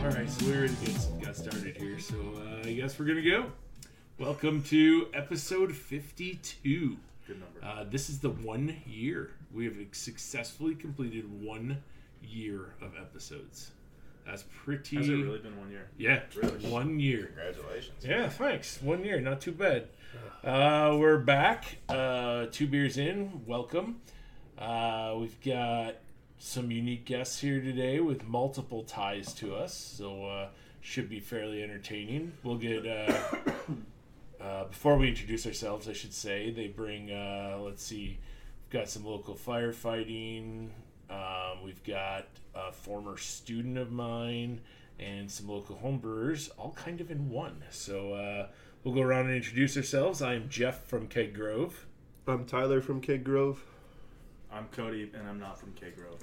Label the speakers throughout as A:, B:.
A: All right, so we already get, got started here, so uh, I guess we're gonna go. Welcome to episode 52.
B: Good number.
A: Uh, this is the one year we have successfully completed one year of episodes. That's pretty.
B: Has it really been one year?
A: Yeah,
B: Really?
A: one year.
B: Congratulations.
A: Yeah, thanks. One year, not too bad. Uh, we're back. Uh, two beers in. Welcome. Uh, we've got some unique guests here today with multiple ties to us, so uh, should be fairly entertaining. We'll get. Uh, uh, before we introduce ourselves, I should say they bring. Uh, let's see, we've got some local firefighting. Um, we've got a former student of mine and some local homebrewers, all kind of in one. So uh, we'll go around and introduce ourselves. I'm Jeff from Keg Grove.
C: I'm Tyler from Kid Grove.
B: I'm Cody, and I'm not from K Grove.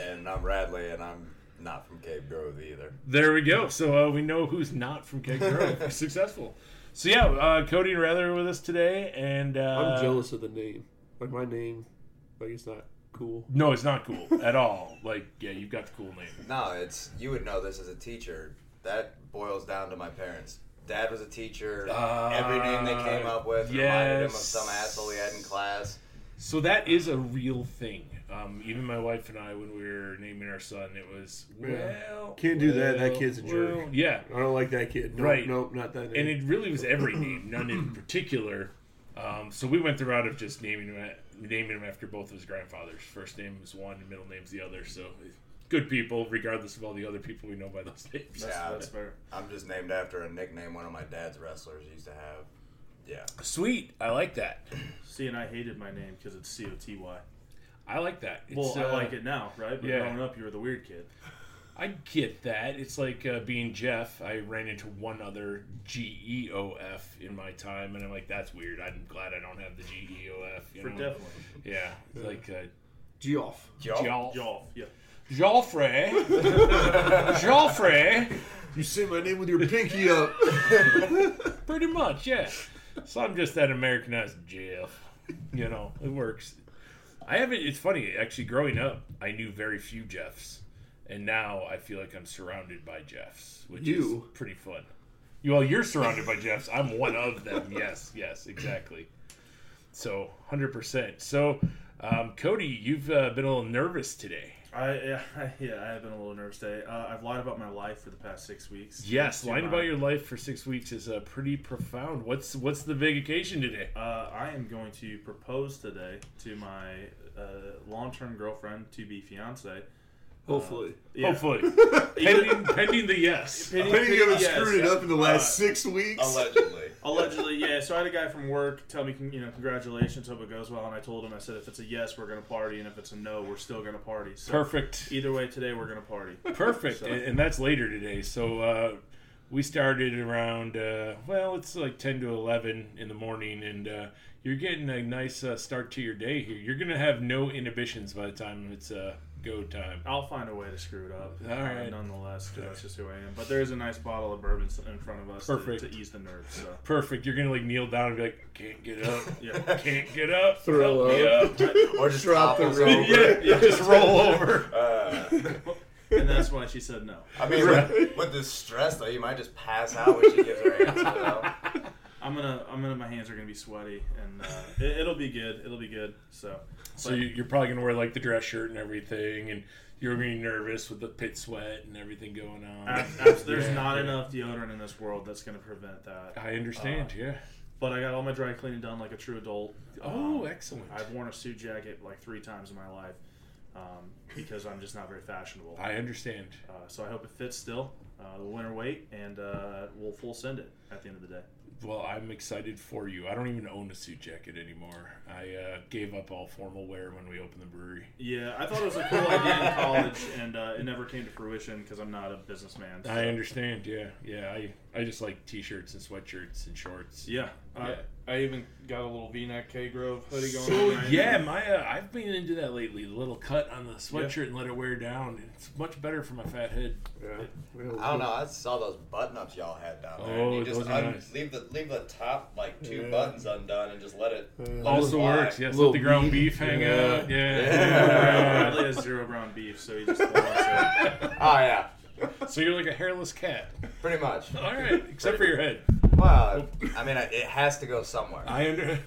D: And I'm Radley, and I'm not from Cape Grove either.
A: There we go. So uh, we know who's not from Keg Grove. Successful. So yeah, uh, Cody and Rather are with us today, and uh,
C: I'm jealous of the name. Like my name, like it's not cool.
A: No, it's not cool at all. Like yeah, you've got the cool name.
D: No, it's you would know this as a teacher. That boils down to my parents. Dad was a teacher.
A: Ah,
D: Every name they came up with reminded him of some
A: yes.
D: asshole he had in class.
A: So that is a real thing. Um, even my wife and I, when we were naming our son, it was well.
C: Can't do that. That
A: well,
C: kid's a jerk.
A: well, Yeah,
C: I don't like that kid. Nope,
A: Right.
C: Nope, not that
A: and
C: name.
A: it really was every name, none in particular. Um, so we went the route of just naming him a- naming him after both of his grandfathers. First name is one, and middle name's the other. So good people, regardless of all the other people we know by those names.
B: That's,
D: Yeah,
B: that's fair.
D: I'm just named after a nickname one of my dad's wrestlers used to have. Yeah.
A: Sweet, I like that.
B: See, and I hated my name because it's C O T Y.
A: I like that. It's,
B: Well, I
A: uh,
B: like it now, right? But
A: yeah.
B: growing up, you were the weird kid.
A: I get that. It's like uh, being Jeff. I ran into one other G E O F in my time, and I'm like, that's weird. I'm glad I don't have the G E O F. you
B: For
A: know?
B: definitely.
A: Yeah, it's like uh,
C: Geoff.
A: Jolf.
B: Y'all, yeah.
A: Joffrey. Joffrey.
C: You say my name with your pinky up.
A: Pretty much, yeah. So I'm just that Americanized Jeff. You know, it works. I haven't. It's funny actually. Growing up, I knew very few Jeffs, and now I feel like I'm surrounded by Jeffs, which
C: You.
A: is pretty fun. You, well, you're surrounded by Jeffs. I'm one of them. Yes, yes, exactly. So, hundred percent. So, um, Cody, you've uh, been a little nervous today.
B: I, yeah, I- yeah, I have been a little nervous today. Uh, I've lied about my life for the past six weeks.
A: Yes,
B: To
A: lying
B: my-
A: about your life for six weeks is uh, pretty profound. What's what's the big occasion today?
B: Uh, I am going to propose today to my uh, long-term girlfriend, to be fiance.
A: Oh,
C: Hopefully.
B: Yeah.
A: Hopefully, pending, pending the yes.
B: Penny-
C: I think you haven't
B: yes.
C: screwed it up in the last
B: Uh,
C: six weeks.
D: Allegedly.
B: Allegedly, yeah. So I had a guy from work tell me, con- you know, congratulations, hope it goes well. And I told him, I said, if it's a yes, we're gonna party, and if it's a no, we're still gonna party. So
A: Perfect.
B: Either way, today we're gonna party.
A: Perfect,
B: So-
A: and, and that's later today. So uh, we started around uh, well, it's like ten to eleven in the morning, and uh, you're getting a nice uh, start to your day here. You're gonna have no inhibitions by the time it's uh, go time.
B: I'll find a way to screw it up.
A: All right.
B: Uh, nonetheless, 'cause that's just who I am. But there is a nice bottle of bourbon s- in front of us to,
A: Perfect.
B: to ease the nerves. So
A: Perfect. You're gonna like kneel down and be like, can't get up,
B: yeah,
A: can't get up,
C: Throw
A: help me
D: Or just
C: Drop the
D: topples
C: rope.
D: over.
A: yeah, yeah, just roll over.
D: Uh,
B: and that's why she said no.
D: I mean, with, with the stress though, you might just pass out when she gives her answer. Though.
B: I'm gonna, I'm gonna, my hands are gonna be sweaty, and uh, it, it'll be good. It'll be good. So
A: So you- you're probably gonna wear like the dress shirt and everything, and you're gonna be nervous with the pit sweat and everything going on.
B: I, I- there's
A: Yeah,
B: not
A: yeah.
B: enough deodorant in this world that's gonna prevent that.
A: I understand.
B: uh,
A: yeah.
B: But I got all my dry cleaning done like a true adult.
A: Oh,
B: Um,
A: excellent.
B: I've worn a suit jacket like three times in my life um, because I'm just not very fashionable.
A: I understand.
B: Uh, so I hope it fits still. Uh, the winter weight, and uh, we'll full send it at the end of the day.
A: Well, I'm excited for you. I don't even own a suit jacket anymore. I uh, gave up all formal wear when we opened the brewery.
B: Yeah, I thought it was a cool idea in college, and uh, it never came to fruition because I'm not a businessman. so-
A: I understand. Yeah, yeah. I I just like t-shirts and sweatshirts and shorts.
B: Yeah,
A: Yeah.
B: I, I even got a little V-neck K Grove hoodie going.
A: So
B: on right
A: yeah,
B: now.
A: my uh, I've been into that lately. The little cut on the sweatshirt and let it wear down. It's much better for my fat head.
C: Yeah. Well,
D: I don't know. I saw those button ups y'all had down there.
A: Oh,
D: you just
A: those are
D: un-
A: nice.
D: leave the leave the top like two
C: Yeah.
D: buttons undone and just let it.
C: Yeah.
D: let it
A: Also
D: fly.
A: works. Yes, let
C: Little
A: the ground
C: beef.
A: beef hang
C: Yeah.
A: out. Yeah.
D: Yeah.
B: Bradley has zero ground beef, so he just loves it.
D: Oh yeah,
A: So you're like a hairless cat.
D: pretty much.
A: All right, except for your head.
D: Well, I mean, it has to go somewhere.
A: I under.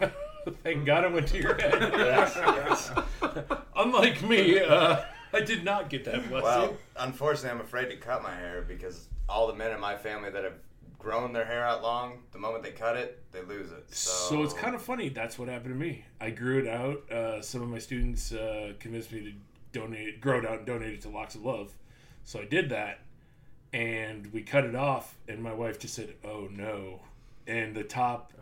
A: Thank God it went to your head.
D: yes, yes.
A: Unlike me, uh, I did not get that blessing.
D: Well, unfortunately, I'm afraid to cut my hair because all the men in my family that have grown their hair out long, the moment they cut it, they lose it. So,
A: So it's kind of funny. That's what happened to me. I grew it out. Uh, some of my students uh, convinced me to donate, grow it out, and donate it to Locks of Love. So I did that, and we cut it off. And my wife just said, "Oh no!" And the top,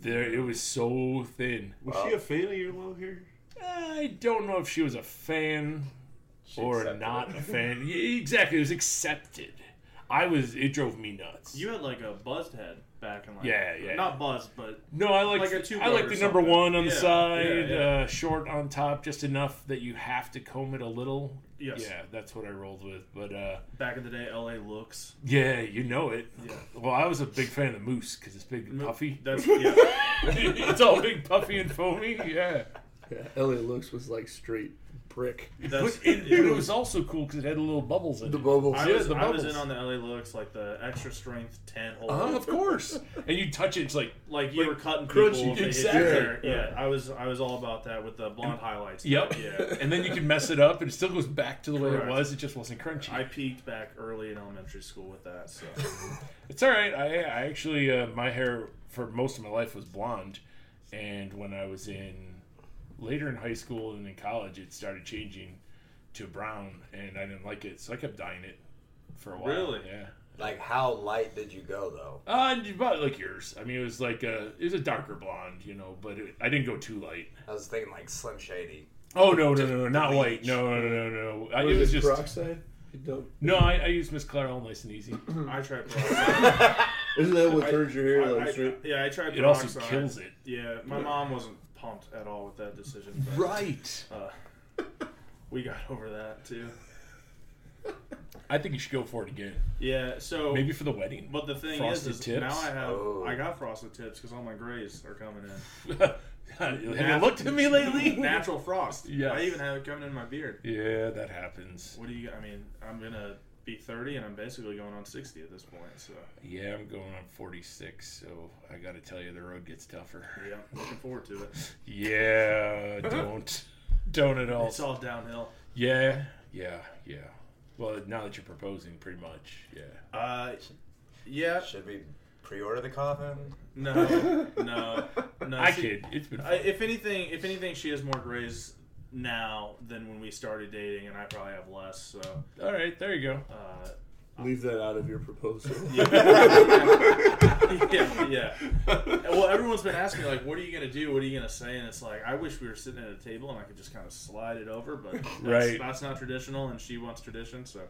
A: there, it was so thin.
C: Was she a fan of your long hair?
A: I don't know if she was a fan or
D: accepted
A: not
D: it.
A: a fan. Yeah, exactly, it was accepted. I was. It drove me nuts.
B: You had like a buzzed head back in like
A: Yeah, yeah.
B: not buzzed, but
A: No, I like,
B: Like a two
A: I like
B: guard
A: the
B: or
A: number
B: something.
A: one on the
B: Yeah,
A: side,
B: yeah, yeah.
A: Uh, short on top, just enough that you have to comb it a little.
B: yes,
A: Yeah, that's what I rolled with. But uh,
B: back in the day, LA looks.
A: yeah, you know it.
B: Yeah.
A: Well, I was a big fan of the moose because it's big and
B: Mo-
A: puffy.
B: That's yeah.
A: it's all big, puffy, and foamy. Yeah,
C: Yeah, LA looks was like straight brick.
B: That's,
A: but, it,
B: yeah.
A: but it was also cool because it had little bubbles in
C: The
A: it.
C: bubbles.
B: I
A: Yeah,
B: was,
A: the
B: I was
A: bubbles.
B: in on the LA looks like the extra strength ten hole.
A: Uh, of course. and you touch it, it's like,
B: Like you
A: Like
B: were cutting
A: crunchy,
B: people. if they hit
A: exactly.
B: you there.
C: Yeah.
B: Yeah, I was I was all about that with the blonde highlights.
A: yep.
B: Yeah.
A: And then you can mess it up, and it still goes back to the way
B: Correct.
A: it was. It just wasn't crunchy.
B: I peaked back early in elementary school with that. So
A: It's all right. I, I actually, uh, my hair for most of my life was blonde. And when I was in later in high school and in college, it started changing to brown. And I didn't like it. So I kept dyeing it for a while.
B: Really?
A: Yeah.
D: like how light did you go though?
A: Uh, and about like yours. I mean, it was like a, it was a darker blonde, you know, but it, I didn't go too light.
D: I was thinking like Slim Shady.
A: Oh, no, no, no, no not
D: bleach.
A: white. No, no, no, no. no. I, it was just,
C: peroxide? You don't-
A: no, I, I used Miss Clairol nice and easy.
B: I tried peroxide.
C: Isn't that what
B: I-
C: turns your hair like
B: I-
C: straight?
B: yeah, I tried.
A: It also
B: peroxide.
A: kills it.
B: Yeah, my mom wasn't pumped at all with that decision. But,
A: Right.
B: Uh, we got over that too.
A: I think you should go for it again.
B: Yeah. So
A: Maybe for the wedding.
B: But the thing is,
A: Frosted
B: is
A: tips?
B: now I have
D: Oh.
B: I got frosted tips because all my grays are coming in
A: Have you looked at me lately?
B: natural frost.
A: Yes.
B: I even have it coming in my beard.
A: Yeah, that happens.
B: What do you? I mean, I'm gonna be 30 and I'm basically going on 60 at this point. So
A: Yeah, I'm going on 46, so I got to tell you, the road gets tougher.
B: yeah, looking forward to it.
A: Yeah, don't, don't at all.
B: It's all downhill.
A: Yeah, yeah, yeah. Well, now that you're proposing, pretty much, yeah.
B: Uh,
A: Uh,
B: yeah.
D: Should we pre-order the coffin?
B: No. No. No.
A: I
B: see,
A: kid. It's been.
B: I,
A: Fun.
B: if anything, if anything, she has more grays now than when we started dating, and I probably have less. So.
A: All right, there you go.
B: Uh,
C: Leave that out of your proposal.
B: yeah, yeah. Well, everyone's been asking me like, "What are you gonna do? What are you gonna say?" And it's like, I wish we were sitting at a table and I could just kind of slide it over, but that's,
A: Right.
B: that's not traditional, and she wants tradition, so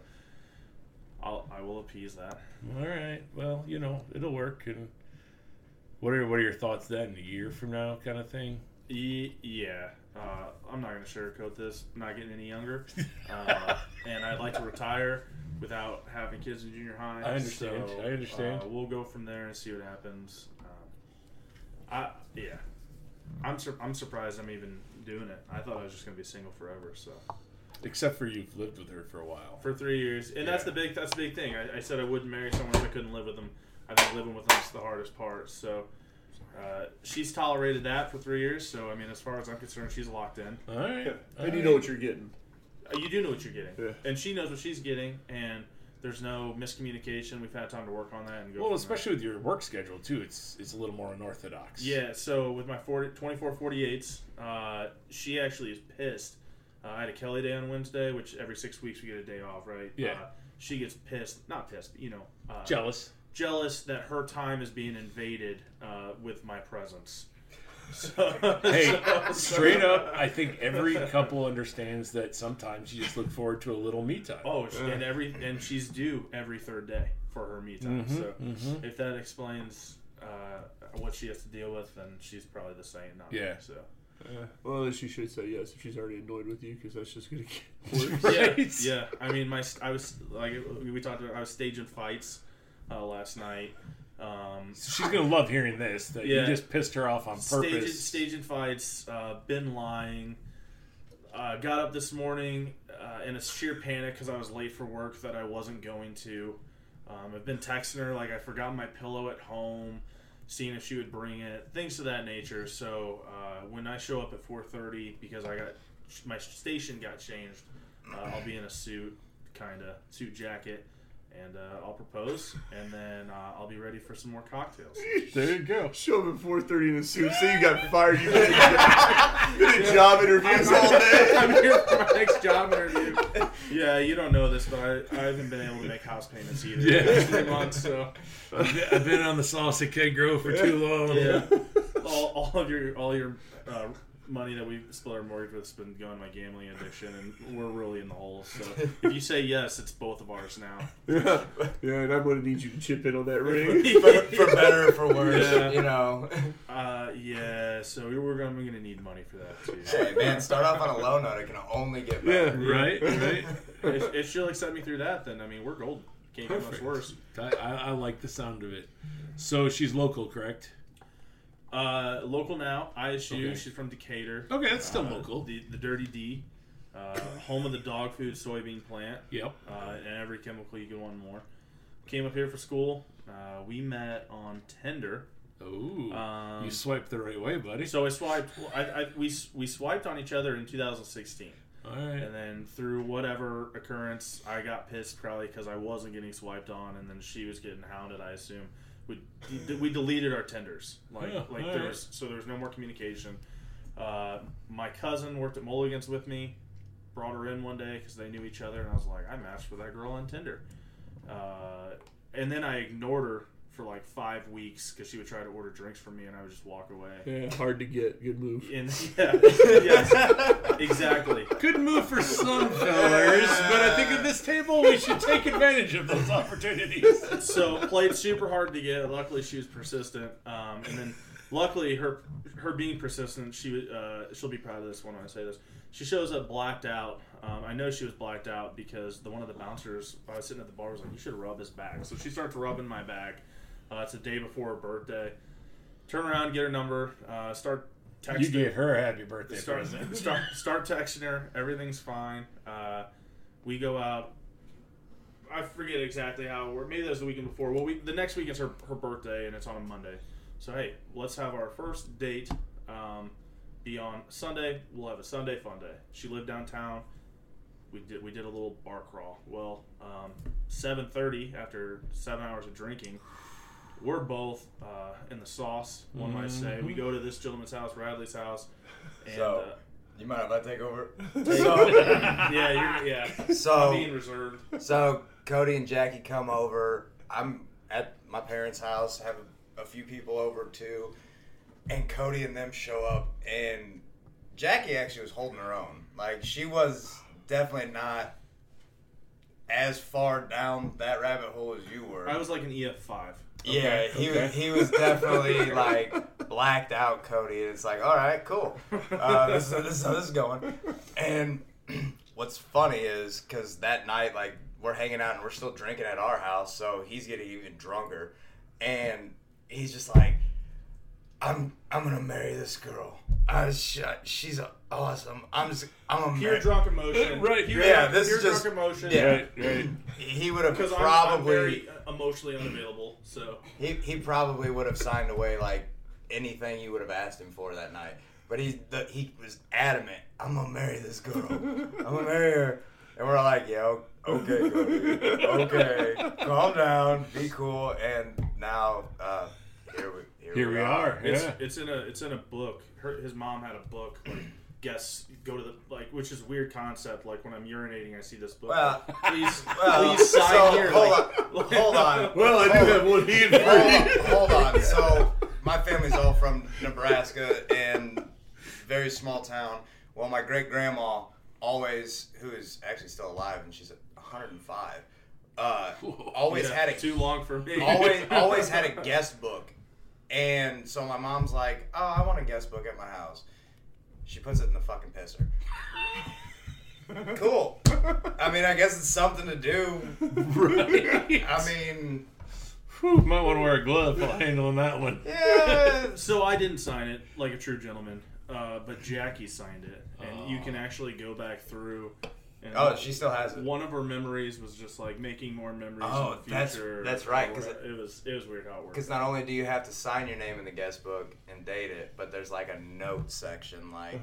B: I'll I will appease that.
A: All right. Well, you know, it'll work. And what are what are your thoughts then? A year from now, kind of thing.
B: E- yeah, uh, I'm not gonna sugarcoat this. I'm not getting any younger, uh, and I'd like to retire without having kids in junior high.
A: I understand.
B: so,
A: I understand.
B: Uh, we'll go from there and see what happens. Um, I yeah. I'm, sur- I'm surprised I'm even doing it. I thought I was just going to be single forever. So
A: Except for you've lived with her for a while.
B: for three years, and that's
A: Yeah.
B: the big that's the big thing. I, I said I wouldn't marry someone if I couldn't live with them. I think living with them's the hardest part. So uh, she's tolerated that for three years. So I mean, as far as I'm concerned, she's locked in.
A: All right. all
C: and you
A: right.
C: know what you're getting.
B: Uh, You do know what you're getting,
C: Yeah.
B: and she knows what she's getting, and there's no miscommunication. We've had time to work on that and go.
A: Well,
B: from
A: especially with your work schedule too, it's it's a little more unorthodox.
B: there. yeah. So with my 40, 24 48s, uh, she actually is pissed. Uh, I had a Kelly day on Wednesday, which every six weeks we get a day off, right?
A: Yeah.
B: Uh, she gets pissed, not pissed, but you know, uh,
A: jealous.
B: jealous that her time is being invaded uh, with my presence. So,
A: Hey,
B: so-
A: straight up, I think every couple understands that sometimes you just look forward to a little me time.
B: Oh, sh- and every and she's due every third day for her me time.
A: Mm-hmm,
B: So if that explains uh, what she has to deal with, then she's probably the same. Not me,
A: Yeah.
B: so
C: Uh, well, unless you should have said yes if she's already annoyed with you, because that's just gonna get worse.
B: Yeah,
A: Right?
B: yeah. I mean, my st- I was like we talked about. I was staging fights uh, last night. Um,
A: She's gonna love hearing this. That you
B: Yeah.
A: just pissed her off on
B: staging,
A: purpose.
B: staging fights. Uh, been lying. Uh, got up this morning uh, in a sheer panic because I was late for work that I wasn't going to. Um, I've been texting her like I forgot my pillow at home, seeing if she would bring it, things of that nature. So uh, when I show up at 4:30 because I got my station got changed, uh, I'll be in a suit, kind of suit jacket, and uh, I'll propose, and then uh, I'll be ready for some more cocktails.
A: There you go.
C: Show up at four thirty in a suit. Say you got fired. You did a job interviews all
B: I'm
C: day.
B: here for my next job interview. Yeah, you don't know this, but I, I haven't been able to make house payments either.
A: Yeah.
B: Yeah, three months. So
A: I've been on the sauce at Keg Grove for too long.
B: yeah, all, all of your all your uh, money that we've split our mortgage with has been going my gambling addiction, and we're really in the hole. So if you say yes, it's both of ours now.
C: yeah. yeah, and I'm gonna need you to chip in on that ring.
D: for, for better or for worse,
B: Yeah.
D: you know.
B: Uh, yeah. So we- we're gonna, we're gonna need money for that too.
D: hey man, start off on a low note. It can only get
C: Yeah.
D: better.
A: Right. Right.
B: If, if she'll accept me through that, then I mean we're golden. Can't get much
A: Perfect.
B: worse.
A: I, I, I like the sound of it. So she's local, correct?
B: Uh, local now, ISU.
A: Okay.
B: She's from Decatur.
A: Okay, that's still
B: Uh,
A: local.
B: The, the Dirty D, uh, home of the dog food soybean plant,
A: Yep.
B: uh, and every chemical you can want more. Came up here for school. Uh, we met on Tinder.
A: Oh,
B: Um,
A: you swiped the right way, buddy.
B: so I swiped. well, I, I, we s- we swiped on each other in 2016,
A: All right.
B: and then through whatever occurrence, I got pissed probably because I wasn't getting swiped on, and then she was getting hounded. I assume. We, de- we deleted our tenders like
A: Yeah,
B: like
A: alright.
B: there was so there was no more communication. Uh, my cousin worked at Mulligan's with me, brought her in one day because they knew each other, and I was like, I matched with that girl on Tinder. Uh, and then I ignored her for like five weeks because she would try to order drinks for me, and I would just walk away.
C: Yeah, hard to get. Good move.
B: And yeah, yes, exactly.
A: Good move for some fellers, but I think at this table we should take advantage of those opportunities.
B: so played super hard to get. Luckily, she was persistent, um, and then luckily her her being persistent, she uh, she'll be proud of this one when I say this. She shows up blacked out. Um, I know she was blacked out because the one of the bouncers I was sitting at the bar was like, "You should rub his back." So she starts rubbing my back. Uh, it's the day before her birthday. Turn around, get her number, uh, start texting.
A: You gave her a happy birthday
B: Start,
A: present.
B: start, start texting her. Everything's fine. Uh, we go out. I forget exactly how we're. Maybe that was the weekend before. Well, we, the next weekend's her, her birthday, and it's on a Monday. So, hey, let's have our first date um, be on Sunday. We'll have a Sunday fun day. She lived downtown. We did, we did a little bar crawl. Well, um, 7.30 after seven hours of drinking, we're both uh, in the sauce, one might say. We go to this gentleman's house, Radley's house. And,
D: So-
B: uh,
D: You mind if I take over?
B: yeah, you're, yeah.
D: So
B: being reserved.
D: So Cody and Jackie come over. I'm at my parents' house. Have a, a few people over too, and Cody and them show up. And Jackie actually was holding her own. Like she was definitely not as far down that rabbit hole as you were.
B: I was like an EF five.
D: yeah, he was. He was definitely like blacked out, Cody. And it's like, all right, cool. Uh, this is this is how this is going. And what's funny is because that night, like, we're hanging out and we're still drinking at our house, so he's getting even drunker, and he's just like, "I'm I'm gonna marry this girl. I sh- she's awesome. I'm just I'm gonna
B: Pure
D: marry."
B: drunk emotion.
A: Right,
B: Pure,
D: yeah,
B: drunk-
D: this is
B: pure
D: just-
B: drunk emotion.
D: yeah.
A: Right, right.
D: He would have
B: Because I'm,
D: probably
B: I'm very uh, emotionally unavailable. So
D: He, he probably would have signed away like anything you would have asked him for that night. But he the, he was adamant. I'm gonna marry this girl. I'm gonna marry her. And we're like, yo, okay, Cody. okay, calm down, be cool. And now uh, here we here,
A: Here we are.
B: it's,
A: Yeah.
B: it's in a it's in a book. Her, his mom had a book. Like, guess go to the like, which is a weird concept. Like when I'm urinating, I see this book.
D: Well,
B: please,
D: Well,
B: please sign
D: so,
B: here.
D: Hold
B: like-
D: on, hold on.
C: Well, I do
D: Hold on.
C: have one hand free.
D: hold, on, hold on. So my family's all from Nebraska and very small town. Well, my great grandma always, who is actually still alive, and she's 105, uh, always
B: Yeah,
D: had a
B: too long for me.
D: always always had a guest book, and so my mom's like, "Oh, I want a guest book at my house," She puts it in the fucking pisser. cool. I mean, I guess it's something to do.
A: Right.
D: I mean,
A: Whew, might want to wear a glove while handling that one.
D: yeah.
B: So I didn't sign it like a true gentleman, uh, but Jackie signed it, and you can actually go back through. And
D: Oh, she still has it.
B: One of her memories was just like making more memories.
D: Oh,
B: in the
D: that's-
B: future.
D: that's right, 'cause
B: it, was it was weird how it worked.
D: Because not only do you have to sign your name in the guest book and date it, but there's like a note section. Like,
B: Uh-huh.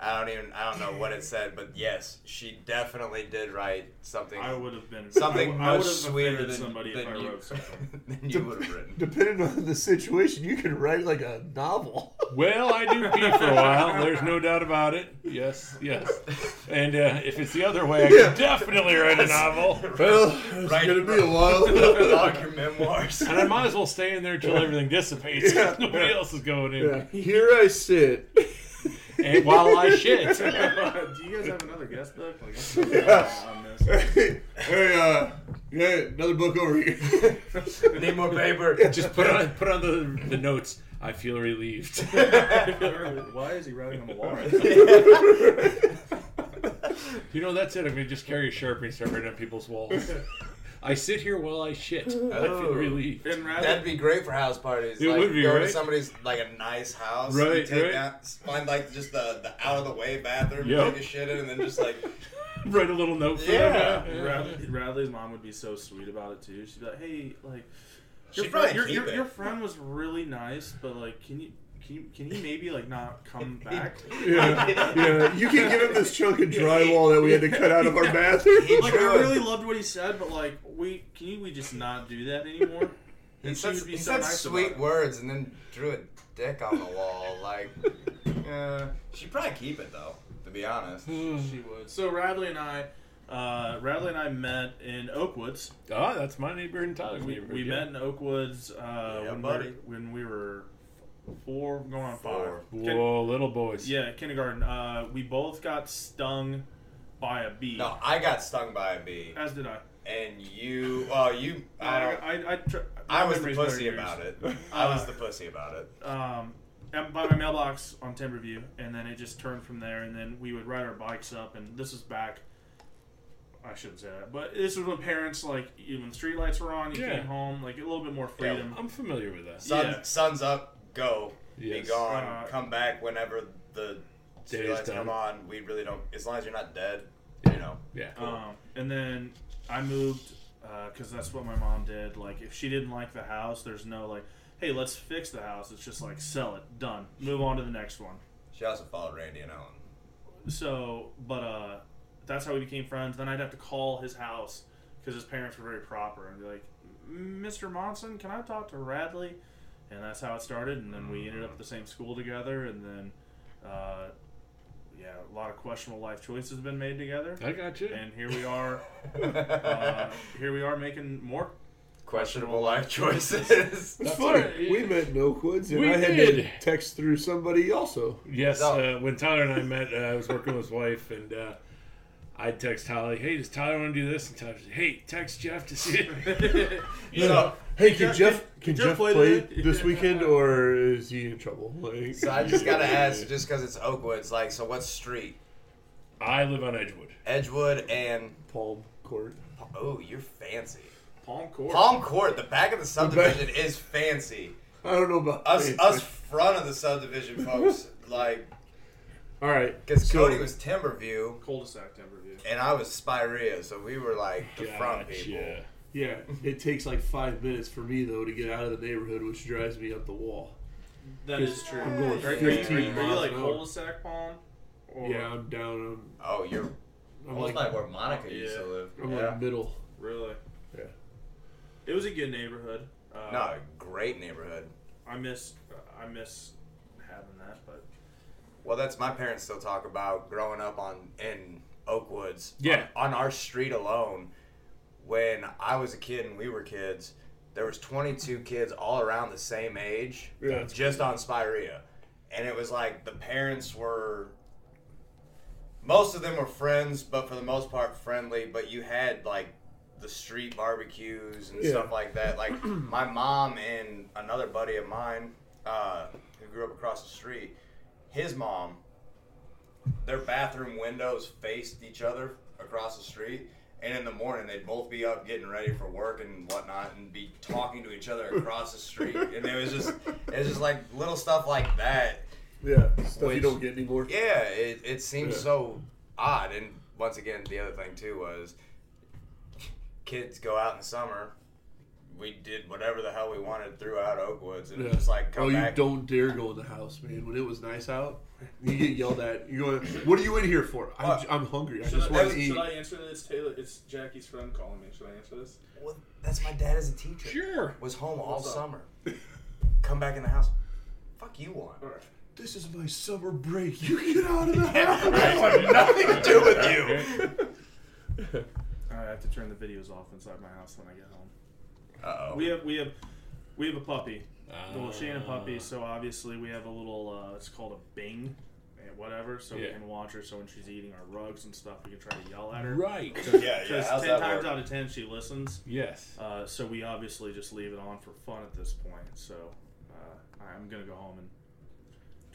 D: I don't even, I don't know what it said, but yes, she definitely did write something.
B: I would have been I,
D: Something
B: would- I
D: much
B: would have
D: sweeter
B: offended
D: than,
B: somebody
D: than
B: if I
D: you,
B: wrote something.
D: than you would have written.
E: Depending on the situation, you can write like a novel.
A: Well, I do pee for a while. There's no doubt about it. Yes, yes. And uh, if it's the other way, I
C: Yeah.
A: could definitely write a novel.
C: Well, it's
D: Right.
C: gonna be a while.
D: Log your memoirs.
A: And I might as well stay in there till everything dissipates. 'cause Nobody else is going in.
E: Yeah. Here I sit.
A: And while I shit.
B: Do you guys have another guest book? Like, that's- on this.
C: hey, uh, yeah, another book over here.
D: Need more paper.
A: Just put on put on the, the notes. I feel relieved.
B: Why is he writing on the wall? Right
A: You know, that's it. I'm gonna just carry a sharpie and start writing on people's walls. I sit here while I shit. I
D: Oh.
A: feel relieved.
B: And rather,
D: That'd be great for house parties.
A: It
D: like,
A: would be,
D: go
A: right?
D: to somebody's like a nice house.
A: Right,
D: you take
A: right.
D: Out, find like just the, the out of the way bathroom,
A: Yep.
D: take a shit in, and then just like
A: Write a little note for
D: Yeah.
A: them.
B: Rad- Radley's mom would be so sweet about it too. She'd be like, "Hey, like your,
D: She'd
B: friend,
D: probably
B: your,
D: keep
B: your,
D: it.
B: your friend was really nice, but like, can you can you, can he maybe like not come back?
E: Yeah, yeah. You can give him this chunk of drywall that we had to cut out of our bathroom.
D: he
B: like,
D: drew
B: I
D: a-
B: really loved what he said, but like, we can you, we just not do that anymore?
D: he
B: And she
D: said,
B: would be
D: he
B: so
D: said
B: nice
D: sweet
B: about it.
D: words and then drew a dick on the wall. Like, uh, she'd probably keep it though. To be honest,
B: She would. So Radley and I, uh, Radley and I met in Oakwoods.
A: Oh, that's my neighbor in Tyler's
B: We,
A: neighborhood.
B: we
A: yeah.
B: met in Oakwoods uh,
D: Yeah,
B: when,
D: buddy.
B: We, when we were four, going on
D: Four.
B: five. Can-
A: Whoa, little boys.
B: Yeah, kindergarten. Uh, we both got stung by a bee.
D: no, Uh, I got stung by a bee,
B: As did I.
D: and you. Oh, you. I,
B: I,
D: don't-
B: I, I, tr- my
D: I was the
B: memory's better
D: pussy
B: than
D: about
B: yours.
D: it. I was
B: Uh,
D: the pussy about it.
B: Um, and by my mailbox on Timberview, and then it just turned from there. And then we would ride our bikes up, and this is back. I shouldn't say that, but this was when parents like you- when the streetlights were on, you
A: Yeah.
B: came home like a little bit more freedom.
A: I'm familiar with that.
D: Sun,
B: Yeah.
D: Sun's up, go.
A: Yes.
D: Be gone.
B: Uh,
D: come back whenever the
A: Day is
D: streetlights
A: done.
D: come on. We really don't, as long as you're not dead, you know.
A: Yeah.
B: Um, and then I moved because that's what my mom did. Like if she didn't like the house, there's no like, hey, let's fix the house. It's just like sell it, done, move on to the next one.
D: She also followed Randy and Ellen.
B: So, but uh, that's how we became friends. Then I'd have to call his house because his parents were very proper and be like, "Mr. Monson, can I talk to Radley?" And that's how it started. And then we ended up at the same school together. And then, uh, yeah, a lot of questionable life choices have been made together.
A: I got you.
B: And here we are. Uh, here we are making more.
D: Questionable life choices.
E: It's
A: That's
E: funny.
A: right.
E: We met in Oakwoods, and
A: We
E: I had
A: did.
E: to text through somebody also.
A: Yes,
D: No.
A: uh, when Tyler and I met, uh, I was working with his wife, and uh, I'd text Holly, "Hey, does Tyler want to do this?" And Tyler said, "Hey, text Jeff to see it."
B: You
E: Hey,
B: Can
E: can
B: Jeff-
E: Jeff
B: can
E: can
B: Jeff
E: Jeff
B: play
E: play
B: today?
E: this weekend, or is he in trouble? Like,
D: so I just gotta ask, just because it's Oakwoods, like, so what street?
A: I live on Edgewood.
D: Edgewood and
E: Palm Court.
D: oh, you're fancy.
B: Palm Court.
D: Palm Court, the back of the subdivision is fancy.
E: I don't know about
D: Us,
E: Hey,
D: us front of the subdivision folks, like,
E: All right,
D: because
E: so-
D: Cody was Timberview.
B: Cul-de-sac Timberview.
D: and I was Spirea, so we were like the front
A: Gotcha.
D: people.
E: Yeah, it takes like five minutes for me though to get out of the neighborhood, which drives me up the wall.
B: That is true.
E: I'm going
B: Are you-
E: 15
B: are you,
E: miles
B: like
E: an hour.
B: cul-de-sac palm? Or
E: Yeah, I'm down.
D: Oh, you're
E: I'm, I'm
D: almost
E: like,
D: like, where Monica used
B: Yeah.
D: to live.
E: I'm
D: Yeah.
E: like middle.
B: Really?
E: Yeah.
B: It was a good neighborhood. Uh,
D: No, great neighborhood.
B: I miss uh, I miss having that, but
D: Well, that's my parents still talk about growing up on in Oakwoods.
A: Yeah.
D: On, on our street alone, when I was a kid and we were kids, there was 22 kids all around the same age,
E: Yeah, that's
D: just on Spirea, and it was like the parents were. Most of them were friends, but for the most part friendly. But you had like the street barbecues and
E: Yeah.
D: stuff like that. Like my mom and another buddy of mine uh, who grew up across the street, his mom their bathroom windows faced each other across the street. And in the morning, they'd both be up getting ready for work and whatnot, and be talking to each other across the street. And it was just, it was just like little stuff like that.
C: Yeah, stuff you
D: Which-
C: don't get anymore.
D: Yeah, it, it seems
C: Yeah.
D: so odd. And once again, the other thing too was kids go out in the summer. We did whatever the hell we wanted throughout Oakwoods, and
E: Yeah.
D: just like come
E: oh,
D: back.
E: you don't dare go in the house, man. When it was nice out, you get yelled at. You go, what are you in here for? I'm,
D: Uh,
E: I'm hungry. I
B: Should,
E: just
B: I,
E: want to
B: should,
E: eat.
B: I answer this? Taylor, it's Jackie's friend calling me. Should I answer this?
D: Well, that's my dad as a teacher.
A: Sure.
D: Was home all
B: What's up?
D: summer. Come back in the house. Fuck you want.
B: All right.
E: This is my summer break. You get out of the house.
D: I want nothing to do with you.
B: All right. I have to turn the videos off inside my house when I get home.
D: Uh
B: We have we have we have a puppy.
A: Uh,
B: Well, she and a puppy, so obviously we have a little. Uh, it's called a Bing, eh, whatever. So we
A: Yeah.
B: can watch her. So when she's eating our rugs and stuff, we can try to yell at her.
A: Right.
D: Yeah, yeah.
B: Because
D: How's
B: ten
D: that
B: times
D: work?
B: out of ten, she listens.
A: Yes.
B: Uh, so we obviously just leave it on for fun at this point. So uh, I'm gonna go home and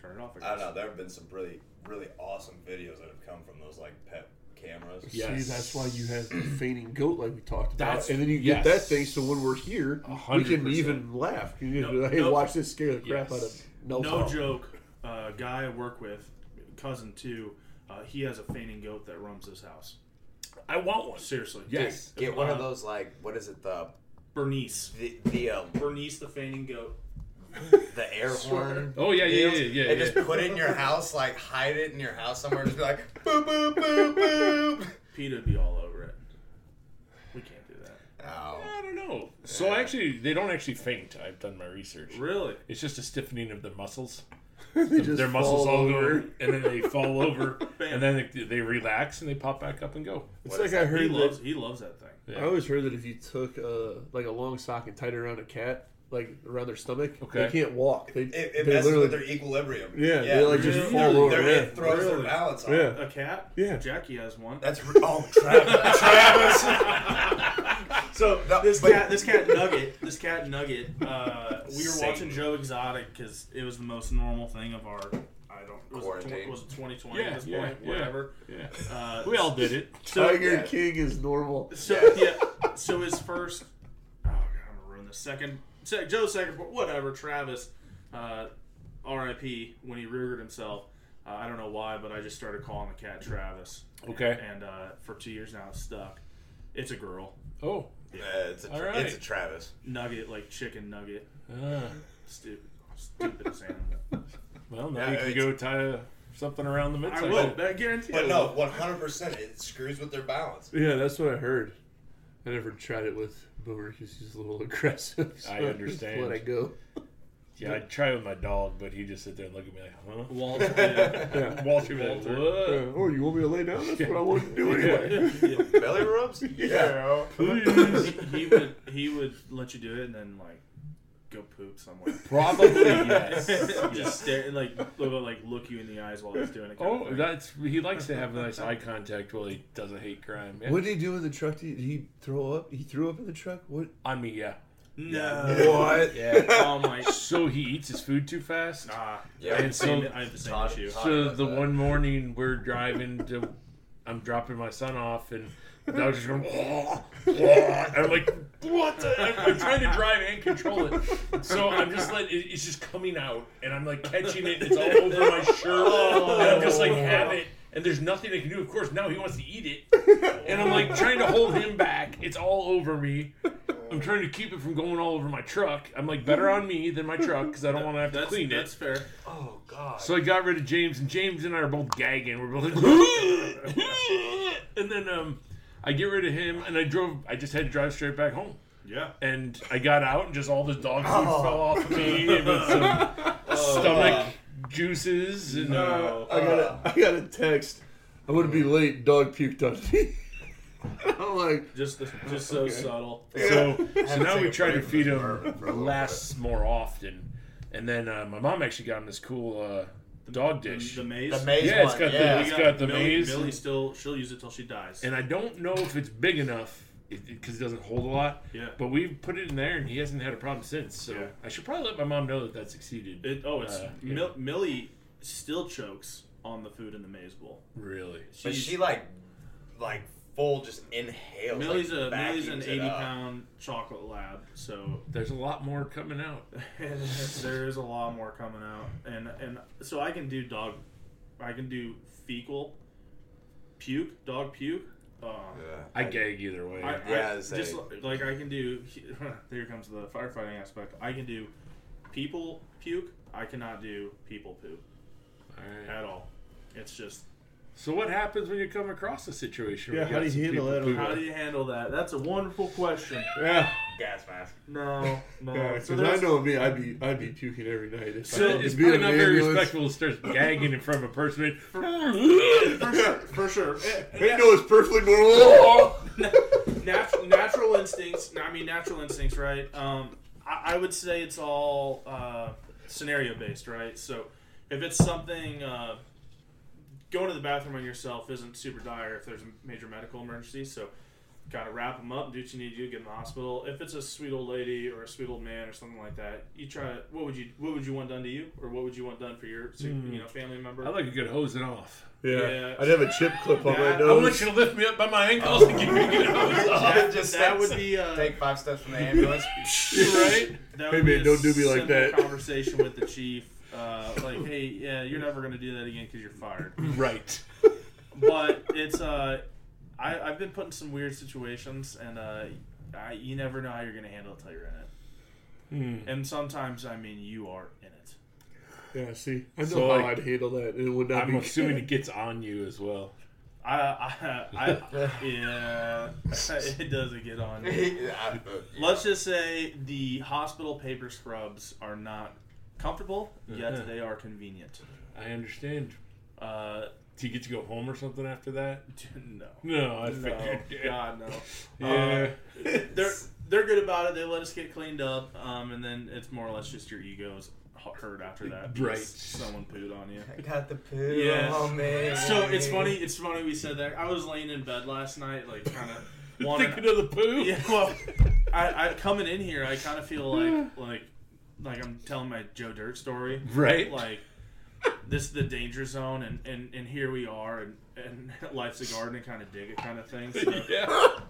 B: turn it off. I
D: I don't
B: guess.
D: know. There have been some really, really awesome videos that have come from those like pet cameras.
A: Yes.
E: See, that's why you have the fainting goat, like we talked about,
A: That's-
E: and then you get that
A: yes.
E: thing. So when we're here,
A: A
E: we
A: hundred
E: can
A: percent.
E: even laugh. You can
B: No-
E: be like, hey,
B: no-
E: watch this scare the crap
A: Yes.
E: out of no,
B: No
E: problem.
B: joke. Uh, guy I work with, cousin too. Uh, he has a fainting goat that roams his house.
A: I want one.
B: Seriously.
A: Yes.
D: Get one of
B: Uh,
D: those like what is it the
B: Bernice.
D: the the, um,
B: Bernice the fainting goat.
D: the air horn?
A: Oh yeah, yeah, yeah,
D: deals,
A: yeah. yeah,
D: and
A: yeah.
D: just put it in your house, like hide it in your house somewhere, and just be like boop boop boop boop.
B: PETA'd be all over it. We can't do that.
D: Oh.
A: I don't know. So actually, they don't actually faint. I've done my research.
B: Really?
A: It's just a stiffening of the muscles.
E: they just
A: Their muscles
E: fall
A: all go,
E: over.
A: and then they fall over,
B: Bam.
A: and then they, they relax and they pop back up and go.
E: It's
D: What
E: like
D: is
E: I
B: He
E: heard that.
B: loves he loves that thing.
A: Yeah.
E: I always heard that if you took uh, like a long sock and tied it around a cat, like around their stomach,
A: Okay.
E: they can't walk. They,
D: It, it
E: they
D: messes
E: literally
D: with their equilibrium.
E: yeah, they like just
B: Really?
E: fall over.
D: They're-
E: Yeah.
D: It throws
B: Really?
D: their balance off.
E: Yeah.
B: A cat?
E: Yeah.
B: Jackie has one.
D: That's r- oh Travis. Travis.
B: So
D: No,
B: this
D: but-
B: cat, this cat Nugget, this cat Nugget. Uh, we were
D: Same.
B: watching Joe Exotic because it was the most normal thing of our. I don't was It,
D: Quarantine.
B: tw- was it 2020
A: Yeah,
B: at this
A: yeah,
B: point?
A: yeah.
B: Whatever.
A: Yeah.
B: Uh,
A: We all did it.
B: So,
E: Tiger
D: yeah.
E: King is normal.
B: so
D: Yeah.
B: yeah. So his first. Oh god, I'm gonna ruin the second. Se- Joe's second. but Whatever. Travis, uh, R.I.P. When he reared himself. Uh, I don't know why, but I just started calling the cat Travis.
A: Okay.
B: And uh, for two years now, it's stuck. It's a girl.
A: Oh.
D: Yeah, it's, a
A: All
D: tra-
A: right.
D: it's a Travis.
B: Nugget, like chicken nugget.
A: Ah.
B: Stupid. Stupidest animal.
A: well, now
D: Yeah,
A: you can
D: it's-
A: go tie something around the
B: I
A: midsection.
B: would. I guarantee
D: But
B: I
D: no,
B: would.
D: one hundred percent, it screws with their balance.
E: Yeah, that's what I heard. I never tried it with Boomer because he's a little aggressive. so
A: I
E: just
A: understand.
E: Let it go.
A: Yeah, I'd try with my dog, but he'd just sit there and look at me like, huh?
B: Walter. Yeah.
E: Yeah.
A: Walter, Walter.
E: Uh,
A: What?
E: oh, you want me to lay down? That's what I want to do anyway.
B: Yeah.
D: Belly rubs? Yeah.
A: Please.
B: He would. He would let you do it, and then like go poop somewhere.
A: Probably yes.
B: Just stare and like look, like look you in the eyes while he's doing it. kind of
A: Oh,
B: thing.
A: that's he likes to have nice eye contact while he does a hate crime. Yeah.
E: What did he do in the truck? Did he throw up? He threw up in the truck. What?
A: On me, yeah. Uh,
B: no.
D: What?
B: Yeah. Oh my.
A: So he eats his food too fast.
B: Nah.
D: Yeah.
B: I have the same,
A: So-
B: I have the same
D: Todd-
B: issue.
D: Todd-
A: So
D: about
A: the
D: that.
A: one morning we're driving to, I'm dropping my son off, and the dog's just going, "Wah, wah." And I'm like, what? The? I'm, I'm trying to drive and control it, so I'm just letting it, it's just coming out, and I'm like catching it. It's all over my shirt, and I'm just like have it. And there's nothing I can do. Of course, now he wants to eat it. And I'm like trying to hold him back. It's all over me. I'm trying to keep it from going all over my truck. I'm like, better on me than my truck because I don't want to have to
B: That's,
A: clean it.
B: that's fair.
D: Oh god.
A: So I got rid of James, and James and I are both gagging. We're both like, and then um, I get rid of him, and I drove. I just had to drive straight back home,
B: Yeah.
A: and I got out, and just all this dog food
D: Oh.
A: fell off of me, and with some stomach juices, and uh,
B: No.
E: I got a, I got a text. I'm gonna be late. Dog puked on me. I'm like,
B: Just the, just so subtle.
A: so so
D: Haven't
A: now
D: taken
A: we
D: a
A: try to
D: break from
A: feed
D: this
A: him
D: bourbon for a little
A: less more often, and then uh, my mom actually got him this cool uh, dog
B: The,
A: dish.
B: the maze.
D: The maze
A: Yeah, it's
D: one,
A: got the-
D: yeah.
A: it's got the
B: Millie,
A: maze.
B: Millie still she'll use it till she dies.
A: and I don't know if it's big enough because it doesn't hold a lot.
B: Yeah.
A: But we've put it in there, and he hasn't had a problem since. So
B: Yeah.
A: I should probably let my mom know that that succeeded.
B: It, oh, it's
A: Uh, yeah.
B: Mil- Millie still chokes on the food in the maize bowl.
A: Really?
D: But
B: She's-
D: she like, like full just inhales.
B: Millie's a
D: like,
B: Millie's an
D: vacuums it
B: eighty
D: up.
B: pound chocolate lab, so
A: There's a lot more coming out.
B: there is a lot more coming out, and and so I can do dog, I can do fecal, puke, dog puke. Uh,
A: I gag either way.
B: I,
D: Yeah,
B: I-
D: I'd say-
B: just like I can do. There comes the firefighting aspect. I can do people puke. I cannot do people poop
A: All right.
B: at all. It's just
A: So what happens when you come across a situation? where
F: Yeah, how
A: got
F: do you
A: some
F: handle
A: people
F: that?
B: how
A: pooping?
B: do you handle that? That's a wonderful question.
E: Yeah,
D: Gas mask.
B: No, no.
E: because
B: so
E: I
B: there's-
E: know me, I'd be I'd be puking every night if
A: So
E: I had
A: it's
E: to be in
A: probably
E: an
A: not very
E: ambulance.
A: respectful to start gagging in front of a person.
B: for sure, for sure.
E: Hey, no, it's perfectly normal.
B: natural, natural instincts. I mean, natural instincts, right? Um, I, I would say it's all uh, scenario based, right? So, if it's something uh, going to the bathroom on yourself isn't super dire, if there's a major medical emergency, so kind of wrap them up, do what you need to, do, get in the hospital. If it's a sweet old lady or a sweet old man or something like that, you try. to- What would you What would you want done to you, or what would you want done for your you know family member?
A: I like a good hosing off.
E: yeah.
B: Yeah.
E: I'd have a chip clip on
B: Yeah,
E: my
B: I
A: I want
E: nose.
A: you to lift me up by my ankles and give me a good hose off,
B: that,
D: Just
B: that
D: take-
B: would be uh,
D: Take five steps from the ambulance.
A: right?
B: That
E: Hey,
B: would
E: man,
B: be a
E: don't do me like
B: simple
E: that.
B: Conversation with the chief, uh, like, hey, yeah, you're never gonna do that again because you're fired.
A: Right.
B: But it's, uh, I, I've been put in some weird situations, and uh, I, you never know how you're gonna handle it till you're in it.
A: Hmm.
B: And sometimes, I mean, you are in it.
E: Yeah, see, I know
A: So,
E: how
A: like,
E: I'd handle that, and it would not
A: I'm
E: be.
A: assuming it gets on you as well.
B: I, I, I yeah, it doesn't get on. me.
D: Yeah, I-
B: Let's just say the hospital paper scrubs are not comfortable,
A: Uh-huh.
B: yet they are convenient.
A: I understand.
B: Uh,
A: Do you get to go home or something after that?
B: no.
A: No, I
B: No,
A: figured.
B: God Uh, no.
A: Yeah.
B: They're they're good about it. They let us get cleaned up, um, and then it's more or less just your egos hu- hurt after that. because
A: Right.
B: Someone pooed on you.
D: I got the poo
B: Yeah.
D: on me.
B: So it's funny. It's funny we said that. I was laying in bed last night, like kind of wanting.
A: Thinking of the poo.
B: Yeah. Well, I, I coming in here, I kind of feel like like like I'm telling my Joe Dirt story.
A: Right.
B: Like this is the danger zone, and and and here we are, and and life's a garden, and kind of dig it, kind of thing. So.
A: yeah.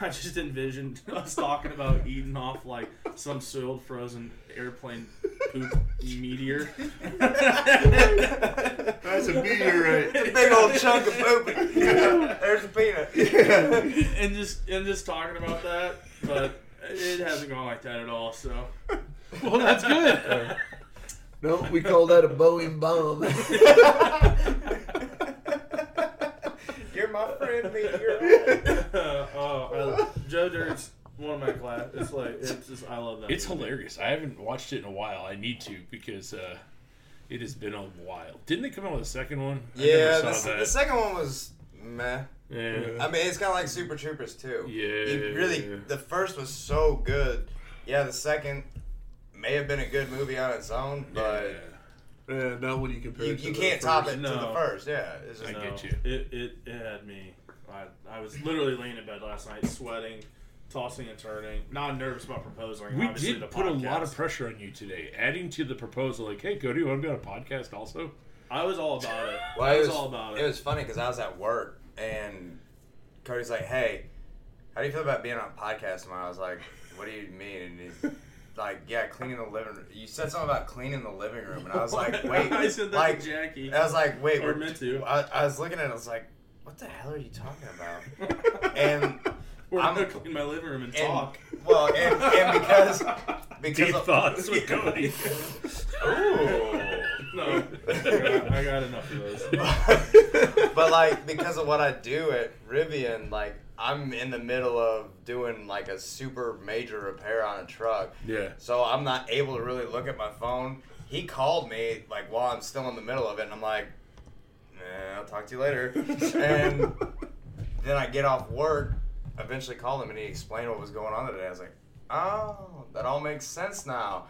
B: I just envisioned us talking about eating off like some soiled frozen airplane poop meteor.
E: That's a meteorite.
D: It's a big old chunk of poop. There's a peanut.
B: and just and just talking about that, but it hasn't gone like that at all, so
A: Well, that's good.
E: No, we call that a Boeing bomb.
D: You're my friend, meteor.
B: oh, I, Joe Dirt's one of my class. It's like it's just I love that.
A: It's
B: movie.
A: hilarious. I haven't watched it in a while. I need to because uh, it has been a while. Didn't they come out with a second one? I
D: Yeah,
A: never
D: the,
A: saw
D: the
A: that.
D: second one was meh.
A: yeah.
D: I mean, it's kind of like Super Troopers too.
A: Yeah.
D: You really, the first was so good. Yeah, the second may have been a good movie on its own, but
E: yeah, not when you compare
D: you,
E: it to
D: you
E: the
D: can't
E: first.
D: top it to
B: No.
D: the first. Yeah, it's just
A: I
B: No,
A: get you.
B: It, it it had me. I, I was literally laying in bed last night, sweating, tossing and turning, not nervous about proposing.
A: We
B: obviously,
A: did
B: the
A: put a lot
B: podcast.
A: of pressure on you today, adding to the proposal, like, "Hey, Cody, want to be on a podcast also?"
B: I was all about it.
D: Well,
B: I
D: it
B: was,
D: was
B: all about it.
D: It was funny because I was at work and Cody's like, "Hey, how do you feel about being on a podcast tomorrow?" I was like, "What do you mean?" And he's like, "Yeah, cleaning the living. room. You said something about cleaning the living room," and I was like, "Wait,
B: I said that
D: like,
B: to Jackie.
D: I was like, wait,
B: Or
D: we're
B: meant to.
D: I, I was looking at it. I was like, what the hell are you talking about? eh, and
B: We're
D: I'm-
B: gonna clean my living room and,
D: and-
B: talk.
D: well, and, and because because
A: Deep thoughts with Cody.
D: ooh.
B: No, I got enough of those.
D: but like because of what I do at Rivian, like I'm in the middle of doing like a super major repair on a truck.
A: yeah.
D: So I'm not able to really look at my phone. He called me like while I'm still in the middle of it, and I'm like, "Nah, I'll talk to you later." and then I get off work. Eventually, called him and he explained what was going on today. I was like, "Oh, that all makes sense now,"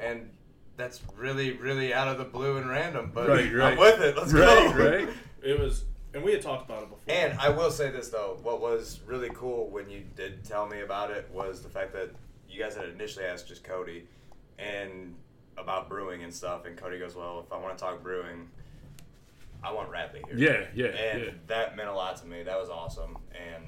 D: and that's really, really out of the blue and random. But
A: Right, right.
D: I'm with it. Let's
A: Right,
D: go.
A: right.
B: It was, and we had talked about it before.
D: And I will say this though, what was really cool when you did tell me about it was the fact that you guys had initially asked just Cody and about brewing and stuff, and Cody goes, "Well, if I want to talk brewing, I want Radley here.
A: Yeah, yeah,
D: And
A: yeah.
D: that meant a lot to me. That was awesome. And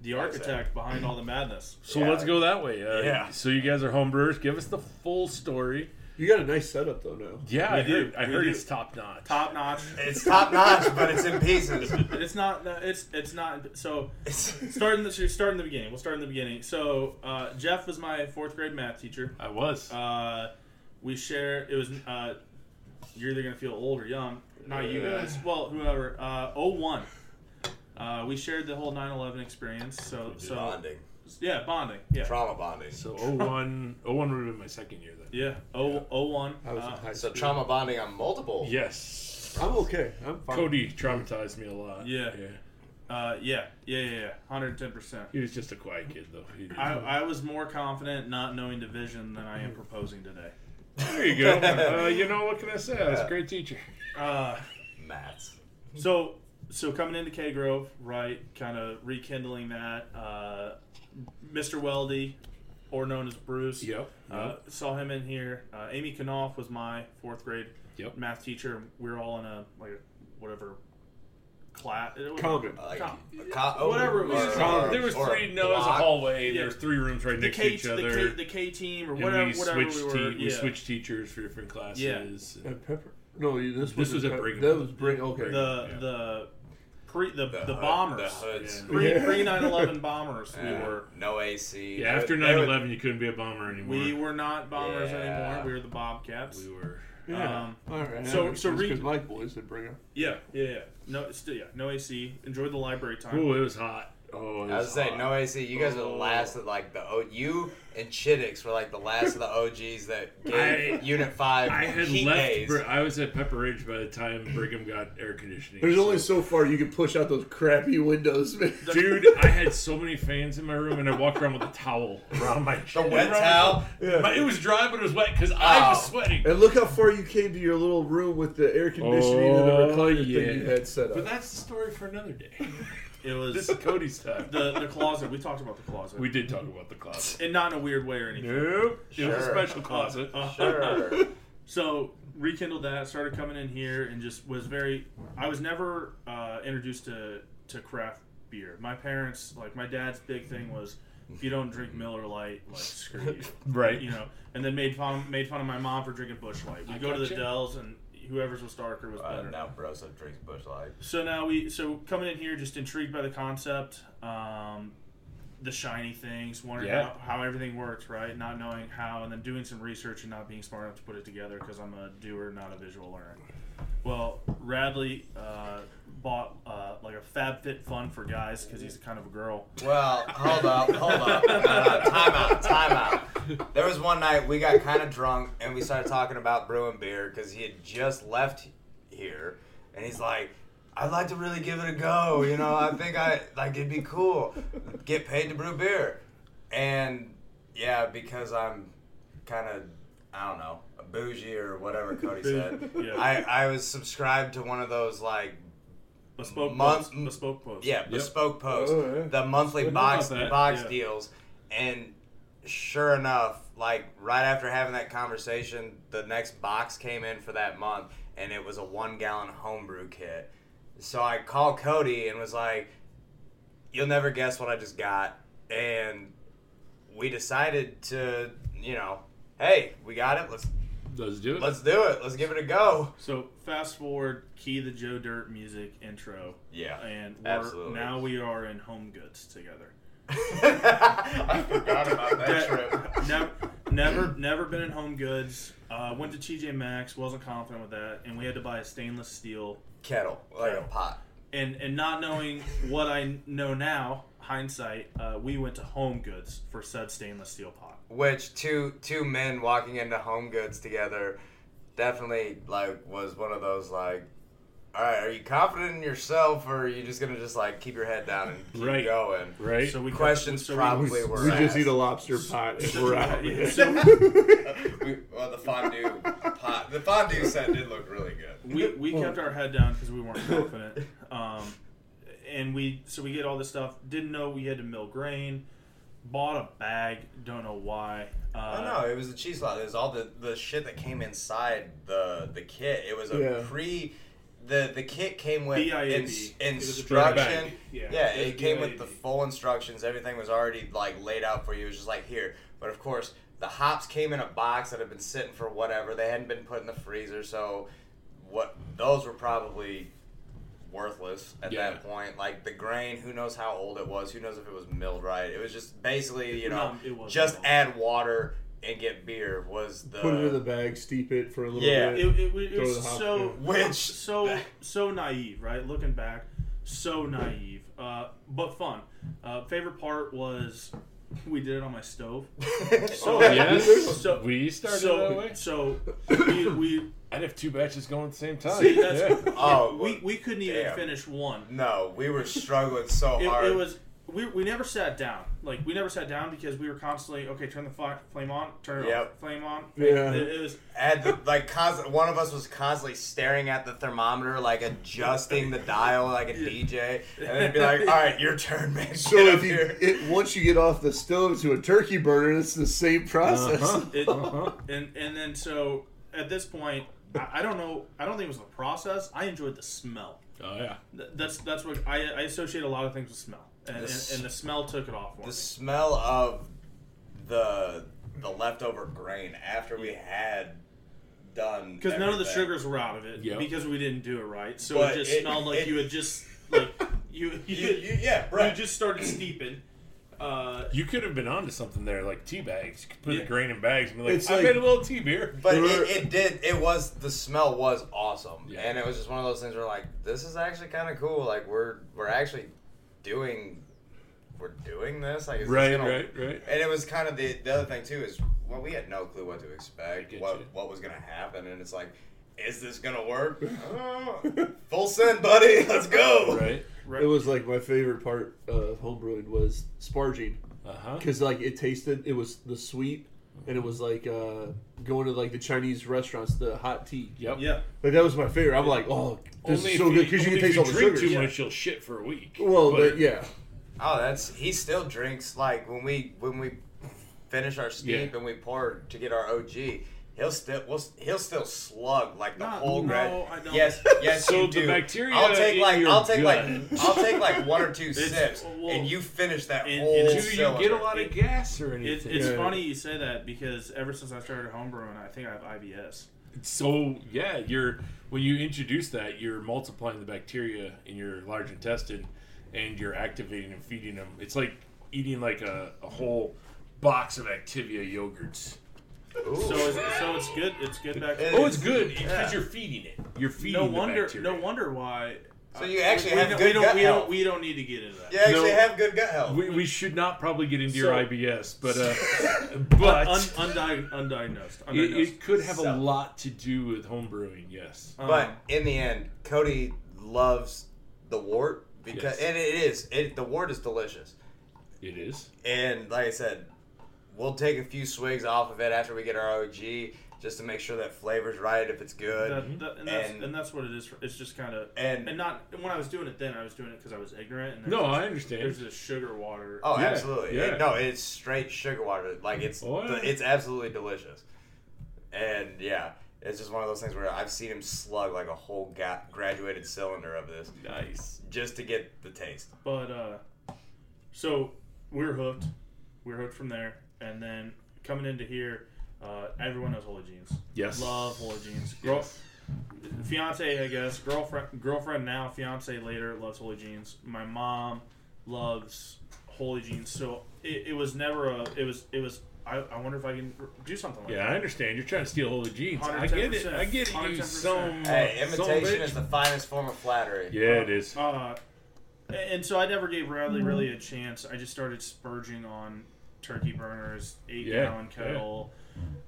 B: The
D: That's it.
B: architect behind all the madness.
A: So
D: Yeah.
A: let's go that way. Uh,
D: Yeah.
A: So you guys are homebrewers. Give us the full story.
E: You got a nice setup though now.
A: Yeah,
B: We
A: I heard,
B: do.
A: I
B: We
A: heard
B: do.
A: it's top notch.
B: Top notch.
D: it's top notch, but it's in pieces.
B: It's not. no, It's it's not. So
D: It's-
B: starting the so starting the beginning. We'll start in the beginning. So uh, Jeff was my fourth grade math teacher.
A: I was.
B: Uh, we share. It was. Uh, you're either gonna feel old or young. Not you guys. Well, whoever. Uh, 01. Uh, we shared the whole 9/11 experience. So so
D: bonding,
B: yeah, bonding. Yeah.
D: trauma bonding.
A: so 01, 01 would have been my second year then.
B: Yeah. Oh, oh one.
E: I was in
B: Uh,
E: high
D: So
E: school.
D: trauma bonding on
B: Oh.
D: multiple.
A: Yes.
E: I'm okay. I'm fine.
A: Cody traumatized me a lot.
B: Yeah.
A: yeah.
B: uh, yeah. Yeah. Yeah. Yeah. Hundred ten percent.
A: He was just a quiet kid, though. He
B: I, I was more confident not knowing division than I am
E: Mm-hmm.
B: proposing today.
A: there you go. Uh, you know, what can I say? I was a great teacher.
B: Uh,
D: Matt's.
B: so so coming into K Grove, right? Kind of rekindling that. Uh, Mr. Weldy, or known as Bruce.
A: Yep.
B: Uh, saw him in here. Uh, Amy Knopf was my fourth grade
A: Yep.
B: math teacher. We were all in a like a, whatever class. It was-
E: Common.
D: Like,
B: Com-
D: a co-
B: Whatever it was.
D: or-
A: there was
D: or
A: three. No, it was a
D: block.
A: hallway.
B: Yeah.
A: There was three rooms right
B: the
A: next
B: K,
A: to each other.
B: the K, the K team, or
A: and
B: whatever,
A: we
B: whatever
A: switched,
B: we were.
A: te- we
B: yeah.
A: switched teachers for different classes.
B: Yeah.
A: and-
E: At Pepper? No, you- this,
A: This
E: wasn't
A: was at
E: Pep-
A: Brigham.
E: That was Brigham. Okay.
B: the
A: Yeah.
B: the pre the the,
D: hood-
B: bombers
D: The hoods.
A: Yeah.
B: pre
E: Yeah.
B: pre nine eleven bombers we
D: Yeah.
B: were
D: no AC.
A: Yeah, after 9 11, you couldn't be a bomber anymore.
B: we were not bombers
D: Yeah.
B: anymore we were the bobcats
A: We were.
E: yeah.
B: um,
E: All right.
B: so- so re-
E: because my boys at Brigham.
B: yeah yeah yeah no still yeah no AC enjoyed the library time
A: Ooh, it was hot. Oh, it was
D: I was saying
A: hot.
D: no AC. You guys were the
A: Oh.
D: last of like the o- you and Chittix were like the last of the OGs that
A: I-
D: gave Unit Five
A: I had
D: heat
A: left.
D: days.
A: Br- I was at Pepper Ridge by the time Brigham got air conditioning.
E: There's only
A: so-
E: so far you can push out those crappy windows, man.
A: Dude, I had so many fans in my room, and I walked around with a towel around my
D: the wet
A: around my-
D: towel.
A: But it was dry, but it was wet because I was
D: Oh.
A: sweating.
E: And look how far you came to your little room with the air conditioning and
A: Oh,
E: the recliner thing you
A: yeah.
E: had set
A: But
E: up.
A: that's the story for another day.
B: it was
A: This is Cody's time.
B: the the closet we talked about the closet
A: we did talk about the closet.
B: and not in a weird way or anything
A: Nope. It was a
D: Sure.
A: special closet.
B: Uh,
D: Sure.
B: so rekindled that started coming in here and just was very i was never uh, introduced to to craft beer my parents like my dad's big thing was if you don't drink miller light like screw you
A: Right.
B: you know and then made fun made fun of my mom for drinking bush light
A: I
B: we'd go to the
A: gotcha.
B: dells and whoever's was darker was
D: Uh,
B: better
D: now Brosa drinks Bush Light.
B: so now we so coming in here just intrigued by the concept, um, the shiny things, wondering
A: Yeah.
B: how, how everything works, right? Not knowing how, and then doing some research and not being smart enough to put it together because I'm a doer, not a visual learner. Well, Radley uh, bought uh, like a FabFitFun for guys because he's kind of a girl.
D: Well, hold up, hold up. No, no, time out, time out. There was one night we got kind of drunk and we started talking about brewing beer because he had just left here and he's like, I'd like to really give it a go. You know, I think I like it'd be cool. Get paid to brew beer. And yeah, because I'm kind of, I don't know, a bougie or whatever Cody said,
B: Yeah.
D: I, I was subscribed to one of those like
B: Bespoke
D: Month-
B: post, bespoke post.
D: yeah, bespoke post,
E: Oh, yeah.
D: the monthly
A: Didn't know
D: box
A: about that.
D: box
B: Yeah.
D: deals, and sure enough, like right after having that conversation, the next box came in for that month, and it was a one gallon homebrew kit. So I called Cody and was like, "You'll never guess what I just got," and we decided to, you know, hey, we got it. Let's
A: Let's do it.
D: let's do it. Let's give it a go.
B: So fast forward, key the Joe Dirt music intro,
D: Yeah.
B: and we're,
D: Absolutely.
B: now we are in home goods together.
D: I forgot about that trip.
B: never, never, never been in home goods. Uh, went to TJ Maxx, wasn't confident with that, and we had to buy a stainless steel.
D: Kettle, like a
B: Kettle.
D: pot.
B: And and not knowing what I know now, hindsight, uh, we went to Home Goods for said stainless steel pot.
D: which two two men walking into home goods together definitely like was one of those like all right are you confident in yourself or are you just gonna just like keep your head down and keep
A: Right.
D: going
A: right?
B: So we
D: questions
B: so we-
D: probably
E: We,
D: were
E: we
D: asked.
E: just eat a lobster pot and we're out. man.
D: we, well the fondue pot the fondue set did look really good
B: we, we kept our head down because we weren't confident. Um, and we so we get all this stuff. Didn't know we had to mill grain. Bought a bag. Don't know why.
D: I
B: Uh,
D: know it was the cheese lot. It was all the, the shit that came inside the the kit. It was a
E: Yeah.
D: pre the the kit came with
B: BIAB.
D: ins-
B: It was a
D: instruction.
A: bag.
B: Yeah,
D: Yeah,
B: it was
D: it came with the
B: BIAB.
D: full instructions. Everything was already like laid out for you. It was just like here. But of course, the hops came in a box that had been sitting for whatever. They hadn't been put in the freezer, so what those were probably worthless at
A: Yeah.
D: that point. Like the grain, who knows how old it was? Who knows if it was milled right? It was just basically, you know,
B: No, it wasn't
D: just
B: milled.
D: add water and get beer was the
E: Put it in the bag, steep it for a little
D: Yeah.
E: bit.
B: It, it, was- it
E: Throw
B: was
E: the hop
B: so
E: in.
D: Which-
B: so so naive, right? Looking back, so naive, uh, but fun. Uh, favorite part was we did it on my stove. So
A: yes,
B: so
A: we started
B: so,
A: that way.
B: so we, we
A: I'd have two batches going at the same time.
B: See, that's-
A: Yeah.
D: oh
B: we we couldn't even
D: Damn.
B: finish one.
D: no, we were struggling so
B: It,
D: hard.
B: it was we, we never sat down. Like we never sat down because we were constantly okay. Turn the fi- flame on. Turn it off.
D: Yep.
B: Flame on.
E: Yeah.
B: It, it was
D: At the, like constant, one of us was constantly staring at the thermometer, like adjusting the dial, like a DJ, and then it'd be like, "All right, your turn, man."
C: So
D: Get
C: if
D: up
C: you
D: here."
C: it, once you get off the stove to a turkey burner, it's the same process.
A: Uh-huh.
B: it,
A: Uh-huh.
B: and and then so at this point, I, I don't know. I don't think it was the process. I enjoyed the smell.
A: Oh yeah.
B: Th- That's that's what I, I associate a lot of things with smell, and, and,
D: This-
B: and the smell took it off. For
D: the
B: me.
D: smell of the the leftover grain after we had done
B: because none of the
D: everything.
B: sugars were out of it
A: Yep.
B: because we didn't do it right. So
D: But
B: it just
D: it-
B: smelled like
D: it-
B: you had just like you you,
D: You, you, yeah,
B: you
D: right.
B: just started steeping. Uh,
A: You could have been onto something there, like tea bags. You could put
B: Yeah.
A: the grain in bags and be like,
E: It's
A: I
E: like-
A: made a little tea beer.
D: but it,
E: There were-
D: it did. It was the smell was awesome,
A: Yeah.
D: and it was just one of those things where like this is actually kind of cool. Like we're we're actually doing we're doing this. Like is this
A: Right,
D: gonna-
A: right, right.
D: And it was kind of the the other thing too is well we had no clue what to expect,
A: get
D: what
A: you.
D: what was gonna happen, and it's like, is this gonna work? Oh, full send, buddy. Let's go.
A: Right.
B: right.
E: It was like my favorite part of homebrewing was sparging
A: Uh huh.
E: because like it tasted it was the sweet and it was like uh going to like the Chinese restaurants the hot tea
A: Yep.
B: yeah.
E: like that was my favorite. I'm like oh this
A: Only
E: is
A: if
E: so good because you
A: only
E: can
A: if
E: taste all the
A: drink
E: sugars.
A: too
B: Yeah.
A: much, you'll shit for a week.
E: Well,
A: But-
E: but, yeah,
D: Oh, that's he still drinks like when we when we finish our steep
A: Yeah.
D: and we pour to get our OG. He'll still we'll, he'll still slug like the
B: Not-
D: whole
B: no,
D: grain.
B: I don't.
D: Yes, yes,
A: So
D: you
A: the
D: do.
A: bacteria
D: I'll take
A: in
D: like
A: your
D: I'll take
A: gut-
D: like I'll take like one or two sips,
B: well,
D: and you finish that
B: and-
D: whole.
B: and
A: Do
B: Full
A: you get a
D: cylinder.
A: lot of
B: It-
A: gas or anything?
B: It, it's
E: Yeah.
B: funny you say that because ever since I started homebrewing, I think I have IBS.
A: so yeah, you're when you introduce that, you're multiplying the bacteria in your large intestine, and you're activating and feeding them. It's like eating like a, a whole box of Activia yogurts.
B: So it's, so it's good. It's good back.
D: It-
A: Oh, it's good because
B: Yeah.
A: you're feeding it. You're feeding
B: no
A: the
B: wonder.
A: bacteria.
B: No wonder why. uh,
D: So you actually
B: we
D: have
B: don't,
D: good
B: we don't,
D: gut
B: we
D: health.
B: don't, we don't need to get into that.
D: You actually
A: No.
D: have good gut health.
A: We, we should not probably get into
B: So-
A: your IBS, but uh, but
B: Un, undiag- undiagnosed.
A: it,
B: undiagnosed.
A: it could have a
D: So- Uh,
A: lot to do with home brewing. Yes.
B: Um,
D: But in the end, Cody loves the wart because
A: Yes.
D: and it is it the wart is delicious.
A: It is.
D: And like I said, we'll take a few swigs off of it after we get our OG just to make sure that flavor's right if it's good.
B: that, that, and, that's, and,
D: And-
B: that's what it is. For, it's just kind of
D: And-
B: and not when I was doing it then I was doing it because I was ignorant. And there's
A: No,
B: this-
A: I understand.
B: There's this sugar water.
D: oh,
A: Yeah,
D: absolutely. It-
A: yeah.
D: no, it's straight sugar water. Like it's
A: Oh, yeah.
D: it's absolutely delicious. And yeah, it's just one of those things where I've seen him slug like a whole ga- graduated cylinder of this
A: Nice.
D: just to get the taste.
B: But uh, so we we're hooked. We We're hooked from there, and then coming into here, uh, everyone knows Holy Jeans.
A: Yes.
B: love Holy Jeans. Girl, fiance, I guess girlfriend, girlfriend now, fiance later loves Holy Jeans. My mom loves Holy Jeans, so it, it was never a. It was it was. I, I wonder if I can do something like
A: Yeah, I
B: that.
A: understand. You're trying to steal holy jeans. I get it. I get it. You
B: 110%.
A: some.
D: Hey, imitation
A: Mm. bitch.
D: is the finest form of flattery.
A: Yeah, it is.
B: Uh, and so I never gave Bradley really a chance. I just started spurging on turkey burners, eight
A: Yeah,
B: gallon kettle.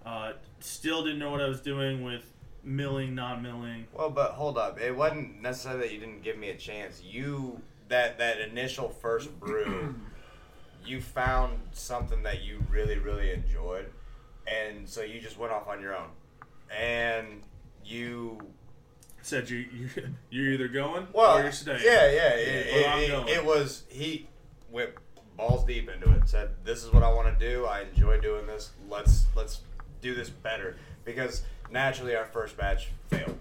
B: Uh, still didn't know what I was doing with milling, non milling.
D: Well, but hold up. It wasn't necessarily that you didn't give me a chance. You that that initial first brew, you found something that you really really enjoyed, and so you just went off on your own, and you
B: Said you, you you're either going
D: well
B: or you're staying.
D: yeah yeah it,
B: Where I'm
D: it,
B: going.
D: it, it was he went balls deep into it said this is what I want to do I enjoy doing this let's let's do this better because naturally our first batch failed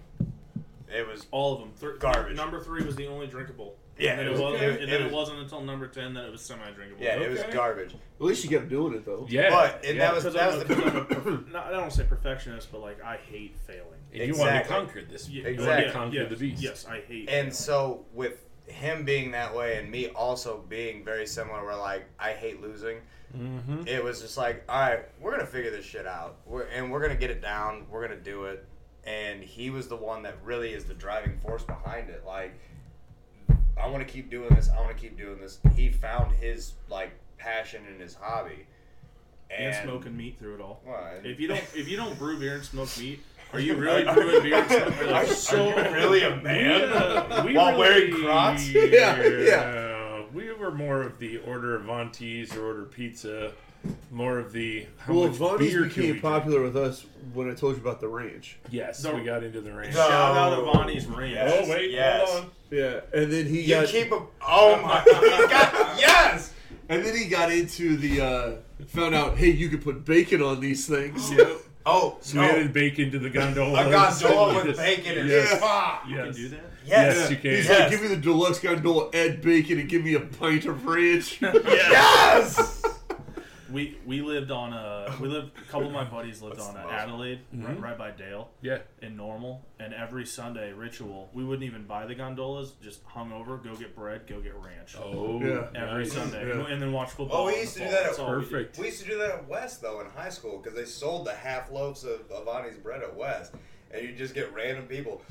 D: It was
B: All of them. Thir-
D: Garbage.
B: Number three was the only drinkable.
D: Yeah,
B: And, then
D: it
B: it,
D: was-
B: was,
D: it-
B: and
D: it
B: then it,
D: was-
B: wasn't until number ten that it was semi-drinkable.
D: yeah, it was
A: Okay.
D: garbage.
E: At least you kept doing it though.
A: Yeah,
D: But and
A: yeah.
D: that was
B: Because
D: that
B: I'm,
D: was
B: a- 'cause I'm
D: the
B: a perf- not- I don't want to say perfectionist, but like I hate failing.
A: And you want to
D: Exactly.
A: conquer this.
B: Yeah,
A: You want
D: Exactly.
A: to conquer
B: yeah,
A: the beast.
B: Yes, I hate.
D: and so with him being that way and me also being very similar where like I hate losing.
A: Mm-hmm.
D: it was just like, all right, we're gonna figure this shit out, we're, and we're gonna get it down. We're gonna do it. And he was the one that really is the driving force behind it. Like, I want to keep doing this. I want to keep doing this. He found his like passion in his hobby.
B: and smoking meat through it all.
D: Well, and-
B: If you don't, if you don't brew beer and smoke meat, are you really brewing beer and smoking
D: Are you-
B: meat?
D: are you really a man?
A: we really-
D: While wearing Crocs?
E: Yeah,
A: yeah. We were more of the order of Aunties or order pizza, more of the how
E: Well,
A: much
E: Vonnie's
A: beer can we
E: became
A: drink?
E: popular with us when I told you about the ranch.
A: Yes,
B: The-
A: we got into the ranch.
D: No.
B: Shout out to Bonnie's Ranch.
A: Oh wait,
D: Yes.
A: hold on.
E: Yeah, and then he
D: you
E: got
D: keep a oh my he's got yes.
E: and then he got into the uh, found out hey you could put bacon on these things.
D: Oh
A: So we
D: no,
A: added bacon to the gondola.
D: a gondola with
A: Yes.
D: bacon and
A: Yes.
D: Ah,
B: You
A: Yes.
B: can do that.
A: Yes,
D: yes.
A: you can.
E: He's
D: Yes.
E: like, give me the deluxe gondola, add bacon, and give me a pint of ranch.
D: Yes.
B: We we lived on a we lived a couple of my buddies lived
D: That's
B: on a
D: awesome.
B: Adelaide right, right by Dale
A: Yeah.
B: in Normal, and every Sunday ritual we wouldn't even buy the gondolas, just hung over, go get bread, go get ranch
A: Oh,
E: Yeah.
B: every
A: nice.
B: Sunday,
E: Yeah.
B: and then watch football.
D: Oh, we
B: in the
D: used to do
B: fall.
D: that at
B: That's all we did.
A: Perfect.
D: We used to do that at West though in high school because they sold the half loaves of Avani's bread at West, and you just get random people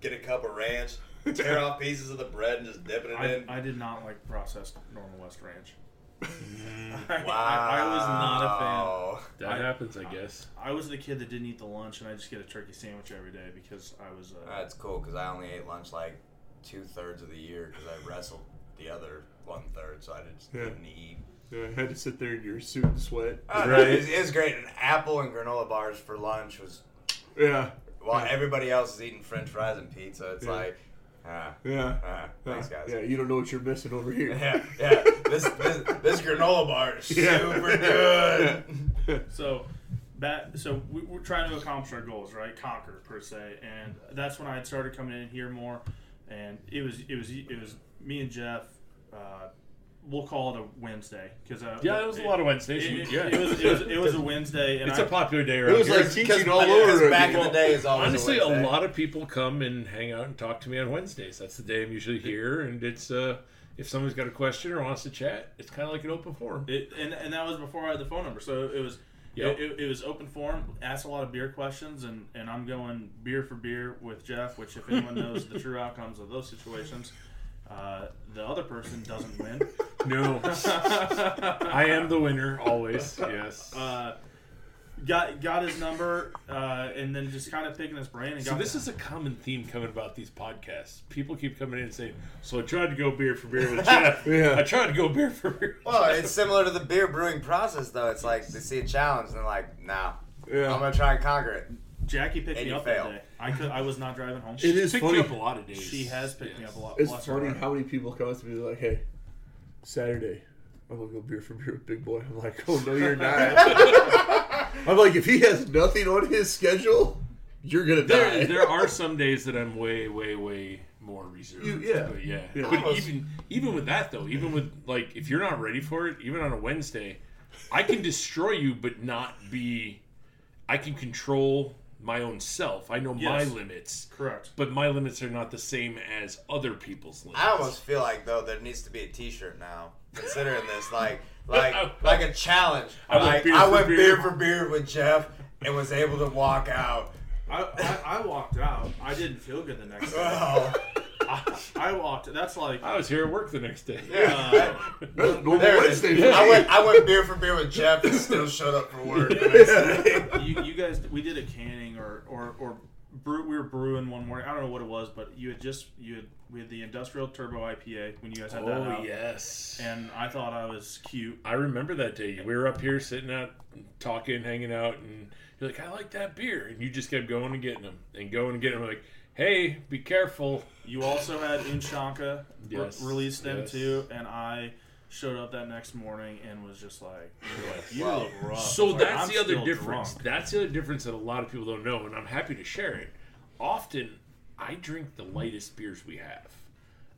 D: get a cup of ranch, tear off pieces of the bread and just dipping it
B: I,
D: in.
B: I did not like processed normal West Ranch.
A: Mm,
B: I, I, I was not a fan.
A: That
B: I-
A: happens, I guess.
B: I was the kid that didn't eat the lunch, and I just get a turkey sandwich every day because I was. Uh,
D: That's cool because I only ate lunch like two thirds of the year because I wrestled the other one third, so I just
E: Yeah.
D: didn't eat.
E: Yeah, I had to sit there in your suit and sweat.
A: Right.
D: It, was, it was great. An apple and granola bars for lunch was
E: Yeah,
D: while everybody else is eating French fries and pizza. It's
E: Yeah.
D: like, ah,
E: yeah.
D: ah, thanks guys.
E: Yeah, you don't know what you're missing over here.
D: Yeah, yeah. This this, this granola bar is
E: Yeah.
D: super good.
B: So, that so we, we're trying to accomplish our goals, right? Conquer per se, and that's when I had started coming in here more, and it was it was it was me and Jeff. Uh, we'll call it a Wednesday because
A: Yeah, that was a lot of Wednesdays.
B: It, it,
A: yeah.
B: it was, it was it was a Wednesday, and
A: It's
B: I,
A: a popular day around
E: was
A: here.
E: like teaching all over
D: Because
E: again.
D: back in the day is always
A: Honestly,
D: a,
A: a
D: Wednesday.
A: lot of people come and hang out and talk to me on Wednesdays. That's the day I'm usually here, and it's uh, if someone's got a question or wants to chat, it's kind of like an open forum.
B: It, and, and that was before I had the phone number. So it was
A: Yep.
B: it, it, was open forum. Asked a lot of beer questions, and, and I'm going beer for beer with Jeff. Which, if anyone knows the true outcomes of those situations, uh, the other person doesn't win.
A: No, I am the winner always. Yes.
B: Uh, got got his number, uh, and then just kind of picking his brain. And
A: so
B: got
A: this is a common theme coming about these podcasts. People keep coming in and saying, "So I tried to go beer for beer with Jeff.
E: Yeah.
A: I tried to go beer for beer."
D: Well, it's similar to the beer brewing process, though. It's like they see a challenge and they're like, "Nah,
E: Yeah.
D: I'm gonna try and conquer it."
B: Jackie picked
D: And
B: me
D: you
B: up
D: failed.
B: that day. I could I was not driving home.
E: It is
A: Picked
E: funny.
A: me up a lot of days.
B: She has picked me
A: Yes.
B: up a lot.
E: It's
B: Bless her
E: funny
B: heart.
E: how many people come up to me they're like, "Hey, Saturday, I'm gonna go beer for beer with Big Boy." I'm like, "Oh no, you're not." I'm like, if he has nothing on his schedule, you're gonna die.
A: There, there are some days that I'm way, way, way more reserved.
E: You- yeah.
A: but yeah.
E: Yeah.
A: But even even with that though, even with like if you're not ready for it, even on a Wednesday, I can destroy you, but not be. I can control my own self. I know
B: Yes.
A: my limits,
B: Correct.
A: but my limits are not the same as other people's limits.
D: I almost feel like though there needs to be a T-shirt now, considering this, like, like, like a challenge.
A: I went
D: like
A: beer
D: I
A: for
D: went
A: beer.
D: beer for beer with Jeff and was able to walk out.
B: I, I, I walked out. I didn't feel good the next day.
D: Oh,
B: I, I walked. That's like
A: I was here at work the next day.
D: yeah.
E: That's normal
D: There it is.
E: Wednesday.
D: I went I went beer for beer with Jeff and still showed up for work. the next day.
B: you, you guys we did a canning or or or brew, we were brewing one morning i don't know what it was but you had just you had we had the industrial turbo ipa when you guys had that
A: Oh
B: out.
A: yes.
B: and i thought i was cute
A: I remember that day. We were up here sitting out, talking, hanging out, and you're like, "I like that beer," and you just kept going and getting them, and going and getting them. Like, hey, be careful.
B: you also had unshanka re-
A: Yes,
B: released them
A: yes.
B: too and i showed up that next morning and was just like, you like, you
D: Wow.
B: look rough
A: So
B: Like,
A: that's
B: I'm
A: the other
B: still
A: difference.
B: drunk.
A: That's the other difference that a lot of people don't know, and I'm happy to share it. Often, I drink the lightest beers we have.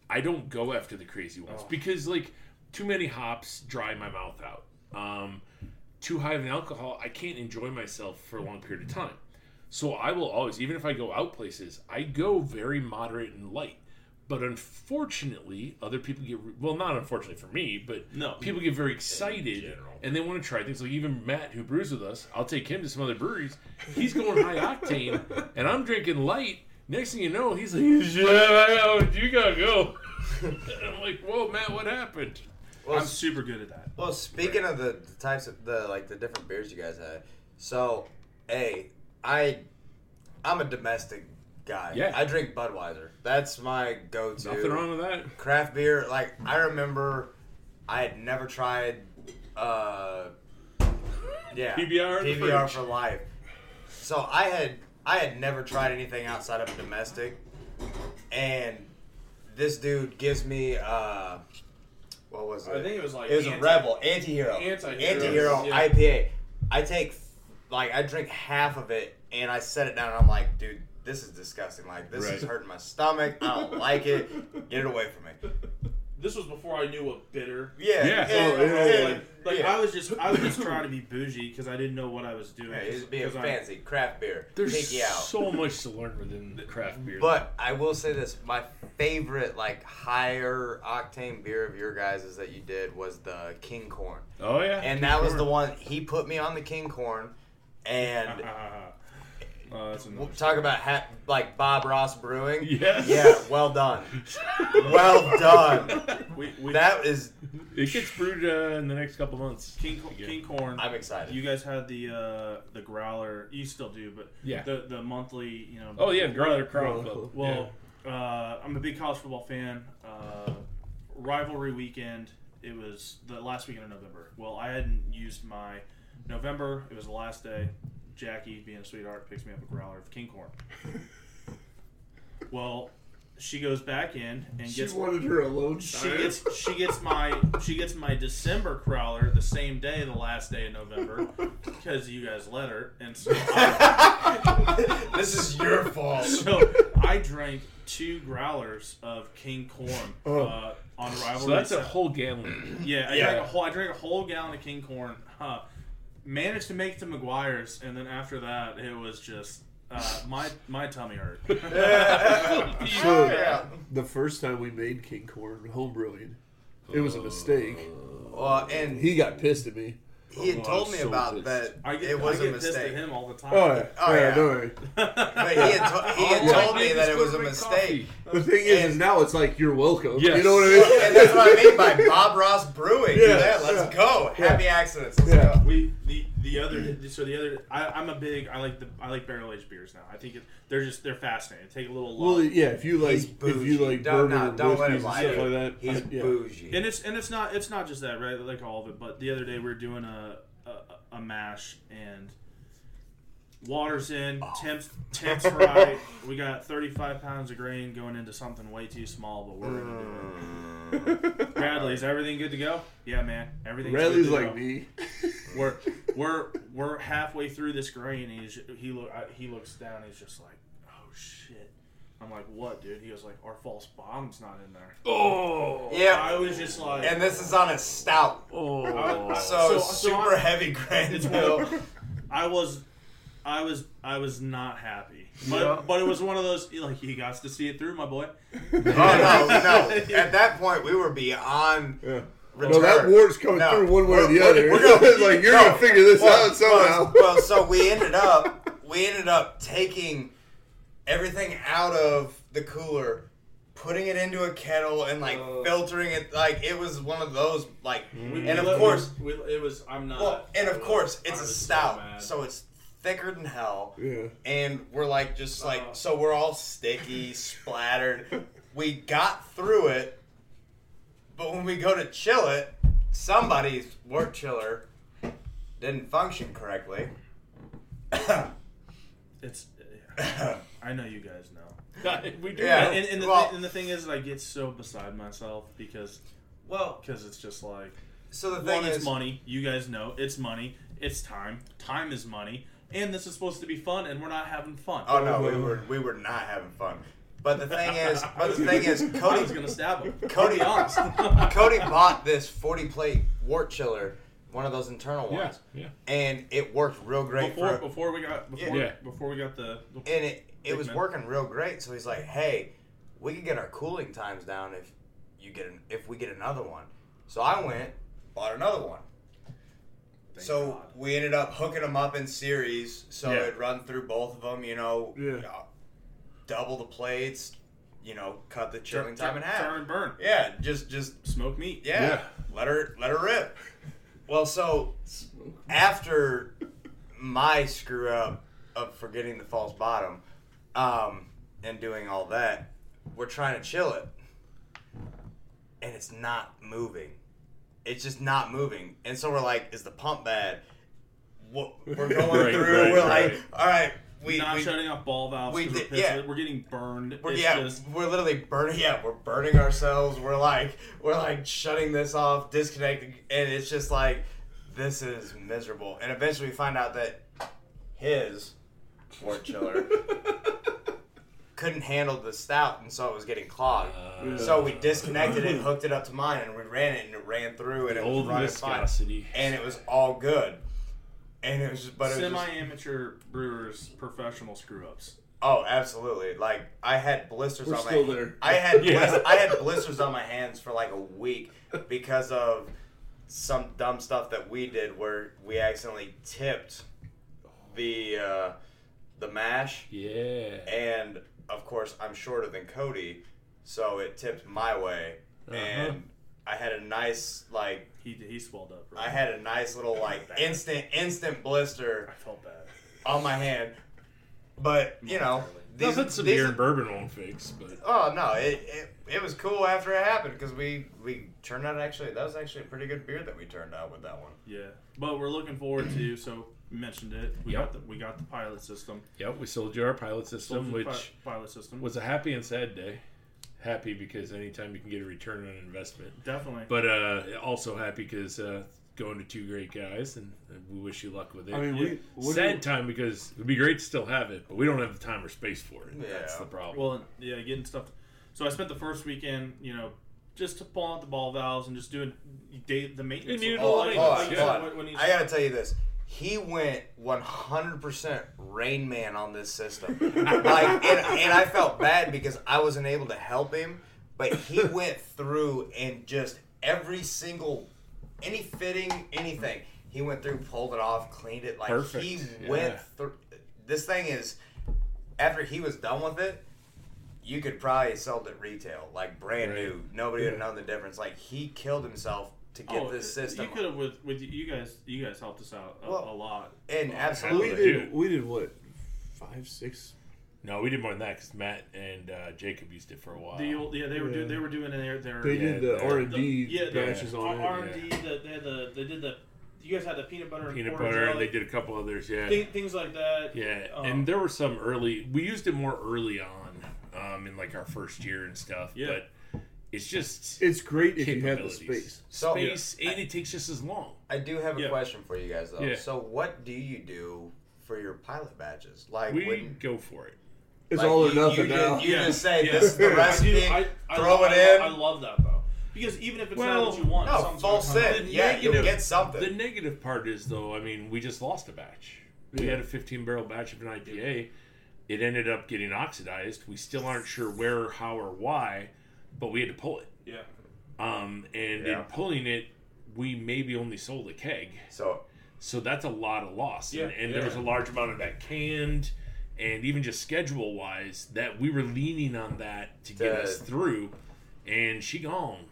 A: I don't go after the crazy ones
B: Oh.
A: because like too many hops dry my mouth out. Um, too high of an alcohol, I can't enjoy myself for a long period of time. So I will always, even if I go out places, I go very moderate and light. But unfortunately, other people get re- well, not unfortunately for me, but
B: No.
A: people get very excited
B: general.
A: and they want to try things. Like even Matt, who brews with us, I'll take him to some other breweries. He's going high octane, and I'm drinking light. Next thing you know, he's like, "Yeah, you gotta go." and I'm like, "Whoa, Matt, what happened?"
D: Well,
B: I'm super good at that.
D: Well, speaking of the, the types of the like the different beers you guys had, so a I I'm a domestic guy.
A: Yeah.
D: I drink Budweiser. That's my go-to.
A: Nothing wrong with that.
D: Craft beer, like I remember, I had never tried. uh Yeah,
A: PBR in the
D: PBR
A: fridge.
D: for life. So I had I had never tried anything outside of a domestic, and this dude gives me. uh what was it?
B: I think it was like
D: It was a
B: anti-
D: rebel, anti-hero.
B: Anti-hero.
D: Anti-hero
B: Yeah.
D: IPA. I take like I drink half of it and I set it down and I'm like, dude, this is disgusting. Like this is
A: Right.
D: hurting my stomach. I don't like it. Get it away from me.
B: This was before I knew what bitter.
D: Yeah.
A: Yeah.
E: Oh, yeah.
D: yeah.
B: Like, like
D: Yeah.
B: I was just I was just trying to be bougie because I didn't know what I was doing.
D: Yeah, it's being
B: 'Cause I-
D: fancy craft beer.
A: There's
D: Pinky out.
A: so much to learn within the craft beer.
D: but I will say this: my favorite, like higher octane beer of your guys' that you did was the King Corn,
A: oh yeah,
D: and that was the one he put me on the King Corn, and
B: Oh, Uh, that's another
D: We'll talk about ha- like Bob Ross Brewing.
A: Yes.
D: Yeah. Well done. Well done.
B: story. we, we,
D: That is.
A: it gets brewed uh, in the next couple months.
B: King, Co-
A: Yeah.
B: King Corn.
D: I'm excited.
B: You guys had the uh, the growler. You still do, but
A: Yeah.
B: the the monthly. You know.
A: Oh yeah, Growler Crown
E: Growler
A: Club.
E: Club.
B: Well, uh, I'm a big college football fan. Uh, rivalry weekend. It was the last weekend of November. Well, I hadn't used my November. It was the last day. Jackie, being a sweetheart, picks me up a growler of King Corn. well, she goes back in and
E: She
B: gets
E: wanted her alone
B: she
E: time.
B: gets she gets my she gets my December crowler the same day, the last day of November, because you guys let her, and so I,
D: this is your fault.
B: so I drank two growlers of King Corn uh, on rivalry.
A: So that's a
B: Sa-
A: whole gallon.
B: yeah, I
D: Yeah.
B: drank a whole I drank a whole gallon of King Corn. Uh, managed to make it to McGuire's, and then after that, it was just uh, my my tummy hurt.
E: So,
D: Yeah.
E: the first time we made King Corn homebrewing, it was a mistake.
D: Uh. Well, and he,
E: He got pissed at me.
D: had told me
A: so
D: about
A: pissed.
D: that.
B: I get,
D: it was
B: I get
D: a
B: pissed at
D: mistake.
B: him all the time.
E: Oh, yeah.
D: Oh, yeah.
E: don't worry.
D: But he had, to-
A: Oh,
D: he had
E: Yeah.
D: told me that it was a mistake.
E: The thing is, is
D: And-
E: now it's like you're welcome. You
A: Yes.
E: know what I mean?
D: Well, and that's what I mean by Bob Ross Brewing.
E: Yeah.
D: Yeah. let's
E: Yeah.
D: go.
E: Yeah.
D: Happy accidents. Let's
E: Yeah.
D: go.
B: We the the other so the other I, I'm a big I like the I like barrel aged beers now. I think it, they're just they're fascinating. Take a little long,
E: Well, yeah. If you like,
D: He's
E: if you
D: bougie.
E: like
D: Don't-
E: bourbon
D: nah,
E: and
D: don't
E: whiskeys
D: let him
E: and
D: lie
E: stuff
D: to
E: like
D: you.
E: that,
D: He's
E: I- yeah.
D: bougie.
B: and it's and it's not it's not just that right like all of it. But the other day we were doing a a, a mash and water's in
E: Oh.
B: temps temps right. We got 35 pounds of grain going into something way too small, but we're gonna
E: Mm.
B: do it. Bradley, is everything good to go? Yeah, man, everything's
E: Bradley's
B: good to
E: like
B: go.
E: me.
B: we're we're we're halfway through this grain and he's, he look I- he looks down he's just like oh shit i'm like what dude he was like our false bomb's not in there
A: Oh,
B: i
D: yeah.
B: was just like
D: And this is on a stout.
A: oh.
B: So-
D: So,
B: so
D: super
B: I'm-
D: heavy grain bill.
B: i was i was i was not happy but
A: Yeah.
B: but it was one of those like he got to see it through my boy
D: Oh no, no! At that point, we were beyond.
E: Yeah.
D: Return.
E: No, that war's coming
D: No.
E: through one way or
D: We're-
E: the
D: we're-
E: other.
D: we're gonna-
E: It's like you're
D: no.
E: gonna figure this
D: Well,
E: out somehow.
D: well, well, so we ended up we ended up taking everything out of the cooler, putting it into a kettle, and like filtering it. Like it was one of those like,
B: Uh. We-
D: and
B: we
D: of
B: let-
D: course,
B: we, it was i'm not
D: well, and of course,
B: I
D: it's a
B: was so
D: stout,
B: mad.
D: so it's thicker than hell
E: yeah.
D: and we're like just like
B: Uh-huh.
D: so we're all sticky splattered we got through it but when we go to chill it somebody's wort chiller didn't function correctly
B: it's yeah,
D: yeah
B: i know you guys know
A: we do.
D: Yeah.
A: know.
B: and, and, the
D: Oh, Well-
B: thi- and the thing is i get so beside myself because
D: well
B: because it's just like
D: so the thing
B: One, it's
D: is
B: money. You guys know it's money. It's time. Time is money. And this is supposed to be fun, and we're not having fun.
D: oh no we were we were not having fun But the thing is, but the thing is,
B: I was
D: Cody
B: gonna stab him.
D: Cody-
B: Be honest.
D: Cody bought this 40 plate wart chiller, one of those internal
A: Yeah,
D: ones,
A: yeah.
D: and it worked real great
B: before
D: for.
B: before we got before,
A: Yeah.
B: before we got the, the
D: and it, it
B: Big
D: was
B: man.
D: working real great. So he's like, "Hey, we can get our cooling times down if you get an, if we get another one." So I went bought another one.
B: Thank
D: so
B: God.
D: we ended up hooking them up in series, so
A: Yeah.
D: it'd run through both of them. You know,
E: Yeah.
D: uh, double the plates. You know, cut the chilling
B: Turn-
D: time in half.
B: Turn and burn.
D: Yeah, just just
B: Smoke meat.
D: yeah,
A: Yeah.
D: let her let her rip. Well, so after my screw up of forgetting the false bottom, um, and doing all that, we're trying to chill it, and it's not moving. It's just not moving, and so we're like, "Is the pump bad?" What we're going
A: Right,
D: through,
A: right,
D: we're
A: right.
D: like, "All right, we,
B: not
D: we
B: shutting off ball valves.
D: we
B: 'cause
D: did-
B: we're, pissed.
D: yeah.
B: we're getting burned.
D: We're,
B: it's
D: yeah,
B: just
D: we're literally burning. Yeah, we're burning ourselves. We're like, we're like shutting this off, disconnecting, and it's just like, this is miserable. And eventually, we find out that his wart chiller couldn't handle the stout, and so it was getting clogged.
A: Uh,
D: so we disconnected it, hooked it up to mine, and we ran it, and it ran through, and it was
A: old
D: running fine,
A: viscosity.
D: and it was all good. And it was, just, but it was just-
B: semi-amateur brewers, professional screw ups.
D: Oh, absolutely! Like I had blisters
E: We're
D: on
E: still
D: my
E: there.
D: I had
A: Yeah.
D: blis- I had blisters on my hands for like a week because of some dumb stuff that we did where we accidentally tipped the uh, the mash,
A: yeah.
D: and of course I'm shorter than Cody, so it tipped my way,
A: Uh-huh.
D: and I had a nice like
B: He he swelled up. Right?
D: I had a nice little like instant instant blister
B: I felt bad.
D: on my hand. But you know, these,
A: Nothing
D: these-
A: severe and bourbon won't fix, but
D: oh no, it, it it was cool after it happened because we we turned out actually that was actually a pretty good beer that we turned out with that one.
B: Yeah, but we're looking forward to. So you mentioned it. We
A: Yep.
B: got the we got the pilot system.
A: yep, we sold you our pilot system,
B: Soldier
A: which
B: pi- pilot system
A: was a happy and sad day. Happy because anytime you can get a return on investment,
B: definitely.
A: but uh, also happy because uh, going to two great guys, and uh, we wish you luck with it.
E: I mean, we. What do
A: sad
E: you-
A: time because it'd be great to still have it, but we don't have the time or space for it. That's
D: Yeah.
A: the problem.
B: Well, and- yeah, getting stuff. So I spent the first weekend, you know, just to pull out the ball valves and just doing day, the maintenance.
A: And you
B: of
A: know,
B: all
D: Hold
A: like,
B: the
D: on, hold
B: things.
D: on,
A: yeah.
D: hold on.
B: When- when he's-
D: oh, I gotta tell you this. He went 100% Rain Man on this system. like, and, and I felt bad because I wasn't able to help him, but he went through and just every single, any fitting, anything, he went through, pulled it off, cleaned it. Like,
A: Perfect.
D: he
A: Yeah.
D: went through. This thing is, after he was done with it, you could probably sell it retail, like brand
A: Right.
D: new. Nobody would
E: Yeah.
D: know the difference. Like, he killed himself to get
B: Oh,
D: this system.
B: You could have with with you guys. You guys helped us out a,
D: Well,
B: a lot.
D: And
E: We
D: absolutely,
E: did. We did what? Five, six.
A: no, we did more than that because Matt and uh, Jacob used it for a while.
B: The old, yeah, they were
E: Yeah.
B: doing. They were doing their their.
E: They did the
A: yeah,
E: R and
B: the-
E: D
B: yeah, the
E: batches on it.
B: R and D. They had the. They did the. You guys had the peanut butter and
A: peanut
B: porter
A: butter.
B: jelly,
A: They did a couple others. Yeah,
B: thi- things like that.
A: yeah.
B: Um,
A: and there were some early. We used it more early on, um, in like our first year and stuff.
B: Yeah.
A: But it's just
E: It's great if you have the
A: capabilities.
E: space.
D: So-
A: space, and it takes just as long.
D: I do have a
B: Yeah.
D: question for you guys though.
A: Yeah.
D: So, what do you do for your pilot badges? Like,
A: We
D: when,
A: go for it.
E: It's
D: like,
E: all or
D: you-
E: nothing
D: you,
E: now.
D: Just, you
B: Yeah.
D: just say
B: Yeah.
D: this is the
E: I
B: I do-
D: recipe.
B: I- I
D: throw
B: love-
D: it
B: I love-
D: in.
B: I love that though, because even if it's
A: Well,
B: not what you want,
D: no,
B: something's
D: false
B: gonna come
D: sin.
A: The
D: Yeah, you'll
A: negative-
D: get something.
A: The negative part is though, I mean, we just lost a batch. We
E: Yeah.
A: had a 15 barrel batch of an IPA. It ended up getting oxidized. We still aren't sure where, how, or why, but we had to pull it.
B: Yeah,
A: Um, and
D: Yeah.
A: in pulling it, we maybe only sold a keg.
D: so,
A: So that's a lot of loss. and,
B: Yeah,
A: and there was a
B: yeah.
A: large amount of that canned and even just schedule wise that we were leaning on that to get
D: To-
A: us through. And she gone.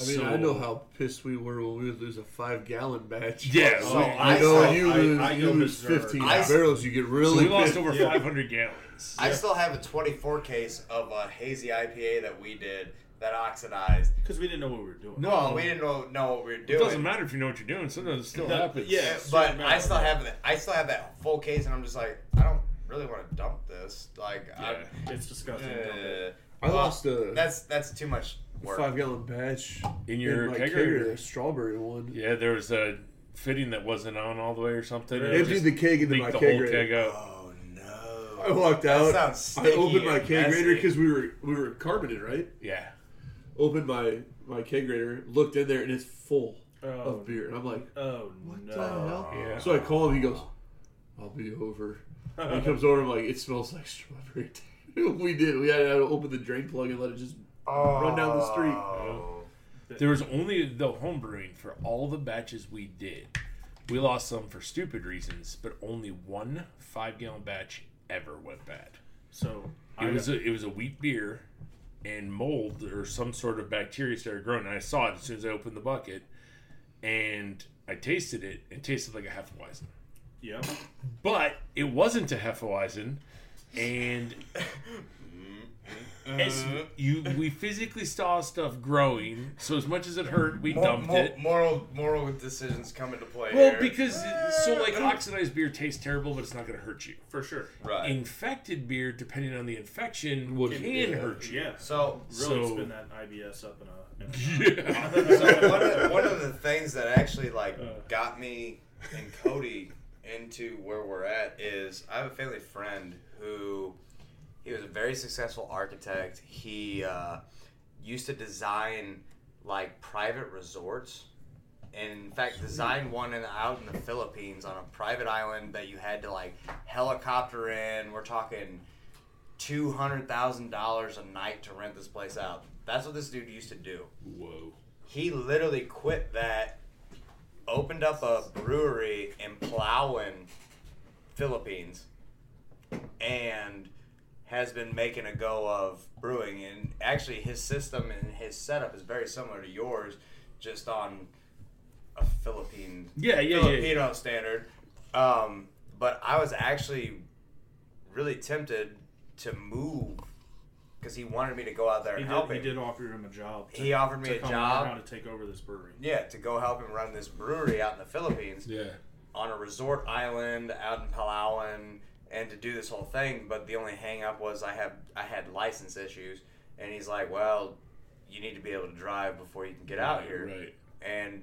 E: I mean, I know how pissed we were when we would lose a five gallon batch.
A: Yeah,
D: so
A: we-
E: I know
D: I, still,
E: when you
B: I-
E: lose,
B: I
E: you
B: go
E: lose
B: berserk.
E: 15
D: I-
E: barrels, you get
A: So
E: really
A: we lost
E: pissed.
A: over
B: Yeah.
A: 500 gallons.
D: I still have a 24 case of a hazy IPA that we did that oxidized.
B: because we didn't know what we were doing.
A: No,
D: Well, we didn't know, know what we were
A: It
D: doing. Eh,
A: doesn't matter if you know what you're doing. Sometimes it still
B: No,
A: happens.
B: yeah.
D: but
B: Super
D: I still
B: valid.
D: have that. I still have that full case, and I'm just like, I don't really want to dump this. Like,
A: Yeah.
B: it's disgusting.
D: I,
B: don't it?
D: uh,
E: I lost a
D: That's that's too much work.
E: five gallon batch
A: In your
E: in my
A: kegger?
E: kegger, the strawberry one.
A: Yeah, there was a fitting that wasn't on all the way or something. and it
E: Emptied
A: just
E: the keg into
A: leaked
E: my
A: the whole
E: kegger.
A: keg out.
D: Oh no!
E: I walked
D: That
E: out.
D: sounds
E: I
D: sticky
E: opened my
D: and
E: keg grater
D: messy.
E: because we were we were carbonated, right?
A: Yeah.
E: Opened my my keg grater, looked in there, and it's full
B: Oh,
E: of beer. And I'm like,
B: oh
E: What
B: no.
E: the hell?
A: Yeah.
E: so I call him. He goes, "I'll be over." And he comes over. I'm like, "It smells like strawberry." tea." we did. We had to open the drain plug and let it just. Run down the street.
D: Oh.
A: There was only the home brewing for all the batches we did. We lost some for stupid reasons, but only one five gallon batch ever went bad.
B: So
A: It
B: I
A: was a, it was a wheat beer, and mold or some sort of bacteria started growing. And I saw it as soon as I opened the bucket, and I tasted it. It tasted like a hefeweizen,
B: Yep.
A: but it wasn't a hefeweizen, and as you we physically saw stuff growing. So as much as it hurt, we
D: Mor-
A: dumped
D: mor-
A: it.
D: moral moral decisions come into play.
A: Well,
D: here. Eh,
A: because so like oxidized beer tastes terrible, but it's not going to hurt you.
B: For sure.
D: right.
A: Infected beer, depending on the infection,
E: Would-
A: can
E: yeah.
A: hurt you.
B: Yeah.
D: so
B: Really
A: So-
B: spin that IBS up uh, in a. In a
D: so one of, one of the things that actually like got me and Cody into where we're at is I have a family friend who he was a very successful architect. He uh, used to design like private resorts. And in fact, designed one in, out in the Philippines on a private island that you had to like helicopter in. We're talking two hundred thousand dollars a night to rent this place out. That's what this dude used to do
A: Whoa.
D: he literally quit that, opened up a brewery in Palawan, Philippines, and has been making a go of brewing. And actually, his system and his setup is very similar to yours, just on a Philippine
A: Yeah, yeah, yeah.
D: Filipino standard. Um, but I was actually really tempted to move because he wanted me to go out there
B: he,
D: and help
B: did, he
D: him.
B: did offer him a job.
D: He offered me
B: to
D: a
B: come
D: job.
B: learn How to take over this brewery.
D: Yeah, to go help him run this brewery out in the Philippines
A: Yeah.
D: on a resort island out in Palawan and to do this whole thing, but the only hang up was I have I had license issues and he's like, Well, you need to be able to drive before you can get out here
A: Right.
D: and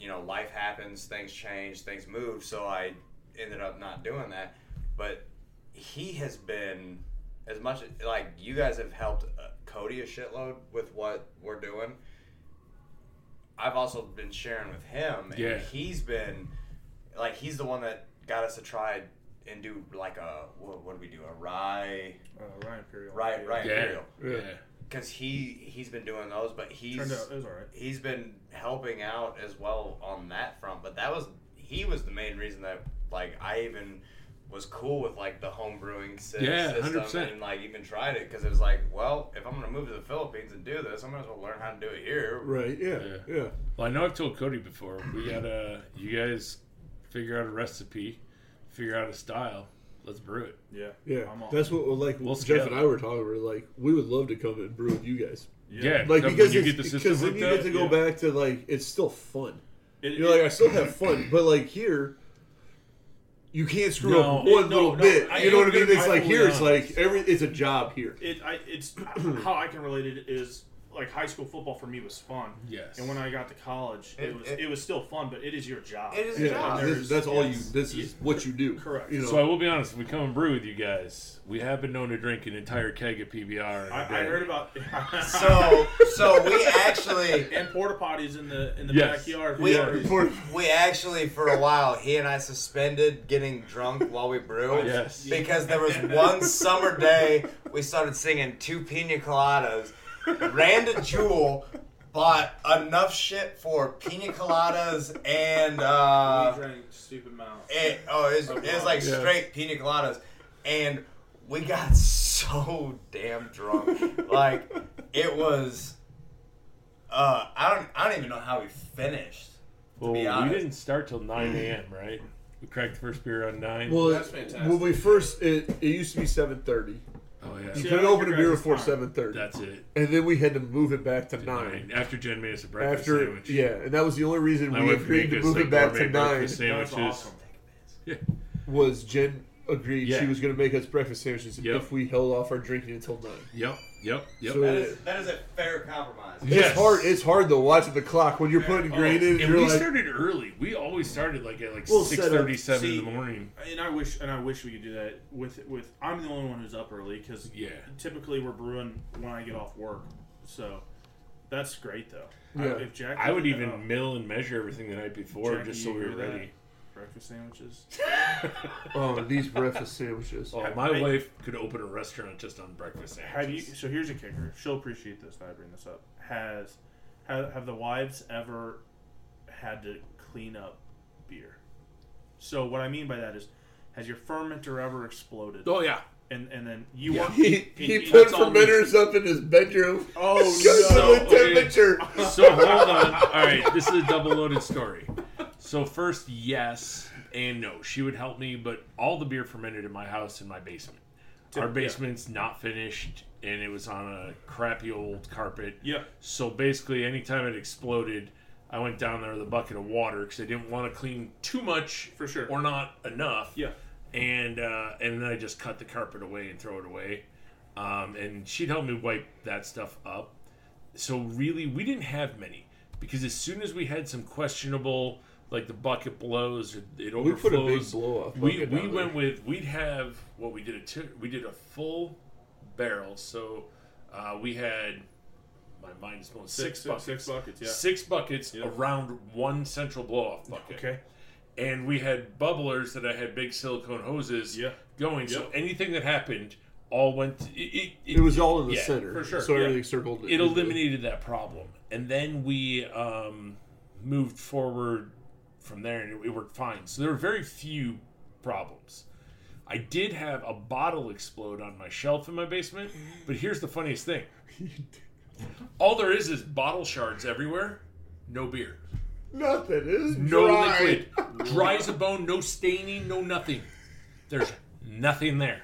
D: you know, life happens, things change, things move, so I ended up not doing that. But he has been as much like you guys have helped uh, Cody a shitload with what we're doing. I've also been sharing with him, and
A: Yeah.
D: he's been like he's the one that got us to try and do like a what, what do we do a rye
B: Uh, Ryan Imperial.
D: rye rye
A: Yeah.
D: imperial
A: Yeah.
D: because he he's been doing those, but he's
B: Turned out it was all right.
D: he's been helping out as well on that front but that was he was the main reason that like i even was cool with like the home brewing sy-
A: Yeah,
D: system
A: 100%.
D: and like even tried it because it was like well if i'm gonna move to the philippines and do this i'm gonna as well learn how to do it here
E: Right. Yeah.
A: Yeah.
E: Yeah.
A: Well, I know I've told Cody before. We gotta, you guys, figure out a recipe, figure out a style. Let's brew it.
B: Yeah.
E: Yeah.
B: I'm all-
E: That's what we're like.
A: We'll
E: Jeff
A: scale.
E: and I were talking. We're like, we would love to come and brew with you guys.
A: Yeah. that-
E: Like
A: when
E: because
A: you
E: it's-
A: get the system
E: because then
A: hooked
E: you
A: up,
E: get to go
A: yeah.
E: back to like it's still fun.
B: It-
E: You're
B: it-
E: like I still have fun, but like here, you can't screw
A: No.
E: up
A: It-
E: one
B: no,
E: little
B: no,
E: bit.
B: I
E: you know
B: am
E: what I mean?
B: gonna
E: It's
B: be
E: like here, it's
A: fully
E: like every it's a job here.
B: It, I, it's how I can relate it is like high school football for me was fun.
A: Yes.
B: And when I got to college, it,
D: It-
B: was
D: it-
B: it was still fun, but it is your job.
D: It is a
E: Yeah,
D: job.
E: this-
B: There's-
E: that's all you.
B: yes.
E: This is what you do.
B: Correct.
E: You know,
A: So I will be honest. We come and brew with you guys. We have been known to drink an entire keg of PBR. in a
B: I, I
A: day.
B: heard about
D: so so we actually
B: and porta potties in the in the
A: Yes.
B: backyard.
D: We-
B: Yeah.
E: Before-
D: we actually for a while he and i suspended getting drunk while we brew
A: Oh, Yes.
D: because there was one summer day we started singing two pina coladas ran to jewel bought enough shit for pina coladas and uh
B: we drank stupid amounts.
D: it, oh, it was, it was like
A: Yeah.
D: straight pina coladas, and we got so damn drunk. like it was, uh, I don't, I don't even know how we finished. To
A: Well,
D: be honest,
A: we didn't start till 9 a.m. Right? We cracked the first beer on nine.
E: well,
C: That's fantastic.
E: when we first it, it used to be seven thirty.
A: oh
E: You
A: yeah,
B: See, I
E: couldn't
B: like
E: open a
B: your
E: beer
B: guys'
E: before
B: time.
E: seven thirty,
A: that's it.
E: and then we had to move it back to
A: Nine.
E: nine.
A: After Jen made us a breakfast
E: After
A: sandwich.
E: yeah, and that was the only reason
A: My
E: we
A: wife made
E: agreed to
A: us
E: move
A: like
E: it back
A: gourmet
E: to nine.
A: breakfast
B: That's
A: sandwiches.
B: awesome.
E: Was Jen agreed
A: Yeah.
E: she was going to make us breakfast sandwiches
A: Yep.
E: if we held off our drinking until nine.
A: Yep. Yep. Yep.
E: So-
D: That is, that is a fair compromise.
E: It's
A: Yes.
E: hard. It's hard to watch at the clock when you're
B: Oh,
E: putting grain in.
A: and
E: And you're
A: we
E: like,
A: started early. We always started like at like
E: We'll set
A: six
E: up-
A: thirty-seven in the
B: see-
A: morning.
B: And I wish, and I wish we could do that with with. I'm the only one who's up early because
A: Yeah.
B: typically we're brewing when I get off work, so that's great though. I-
E: Yeah.
B: if Jack,
A: I would
B: could,
A: even
B: uh,
A: mill and measure everything the night before
B: Jackie,
A: just so
B: you
A: we were
B: hear that?
A: ready.
B: breakfast sandwiches.
E: oh, these breakfast sandwiches.
A: Oh,
B: Have-
A: my
B: hey.
A: wife could open a restaurant just on breakfast sandwiches.
B: Have you? So here's a kicker. She'll appreciate this. That I bring this up. Has have, have the wives ever had to clean up beer? So what I mean by that is, has your fermenter ever exploded?
A: Oh yeah.
B: And and then you
A: Yeah.
B: want
E: He,
B: and-
E: he
B: and
E: put
B: that's all we-
E: fermenters up in his bedroom.
B: Oh
E: because
B: no!
E: of the temperature.
A: So hold on. All right, this is a double loaded story. So first, yes and no. She would help me, but all the beer fermented in my house in my basement. Our
B: Yeah.
A: basement's not finished, and it was on a crappy old carpet.
B: Yeah.
A: So basically, anytime it exploded, I went down there with a bucket of water because I didn't want to clean too much,
B: For sure.
A: or not enough.
B: Yeah.
A: And uh, and then I just cut the carpet away and throw it away. Um, and she'd help me wipe that stuff up. So really, we didn't have many because as soon as we had some questionable, like the bucket blows, or it
E: We put a big
A: overflows.
E: blow-off
A: We,
E: bucket
A: we
E: down
A: went
E: there.
A: with we'd have what we did a two, we did a full barrel. So uh, we had my mind's going six,
B: Six,
A: buckets,
B: six buckets, yeah.
A: six buckets
B: Yeah.
A: around one central blow off bucket
B: Okay.
A: and we had bubblers that I had big silicone hoses
B: Yeah.
A: going. So
B: Yep.
A: anything that happened all went. To, it, it,
E: It was all in the
A: yeah,
E: center,
B: for sure,
E: So
B: yeah.
E: everything circled.
A: It eliminated that problem, and then we um, moved forward from there, and it, it worked fine. So there were very few problems. I did have a bottle explode on my shelf in my basement, but here's the funniest thing: all there is is bottle shards everywhere, no beer,
E: Nothing. It was
A: no
E: dry.
A: liquid, dry as a bone, no staining, no nothing. There's nothing there.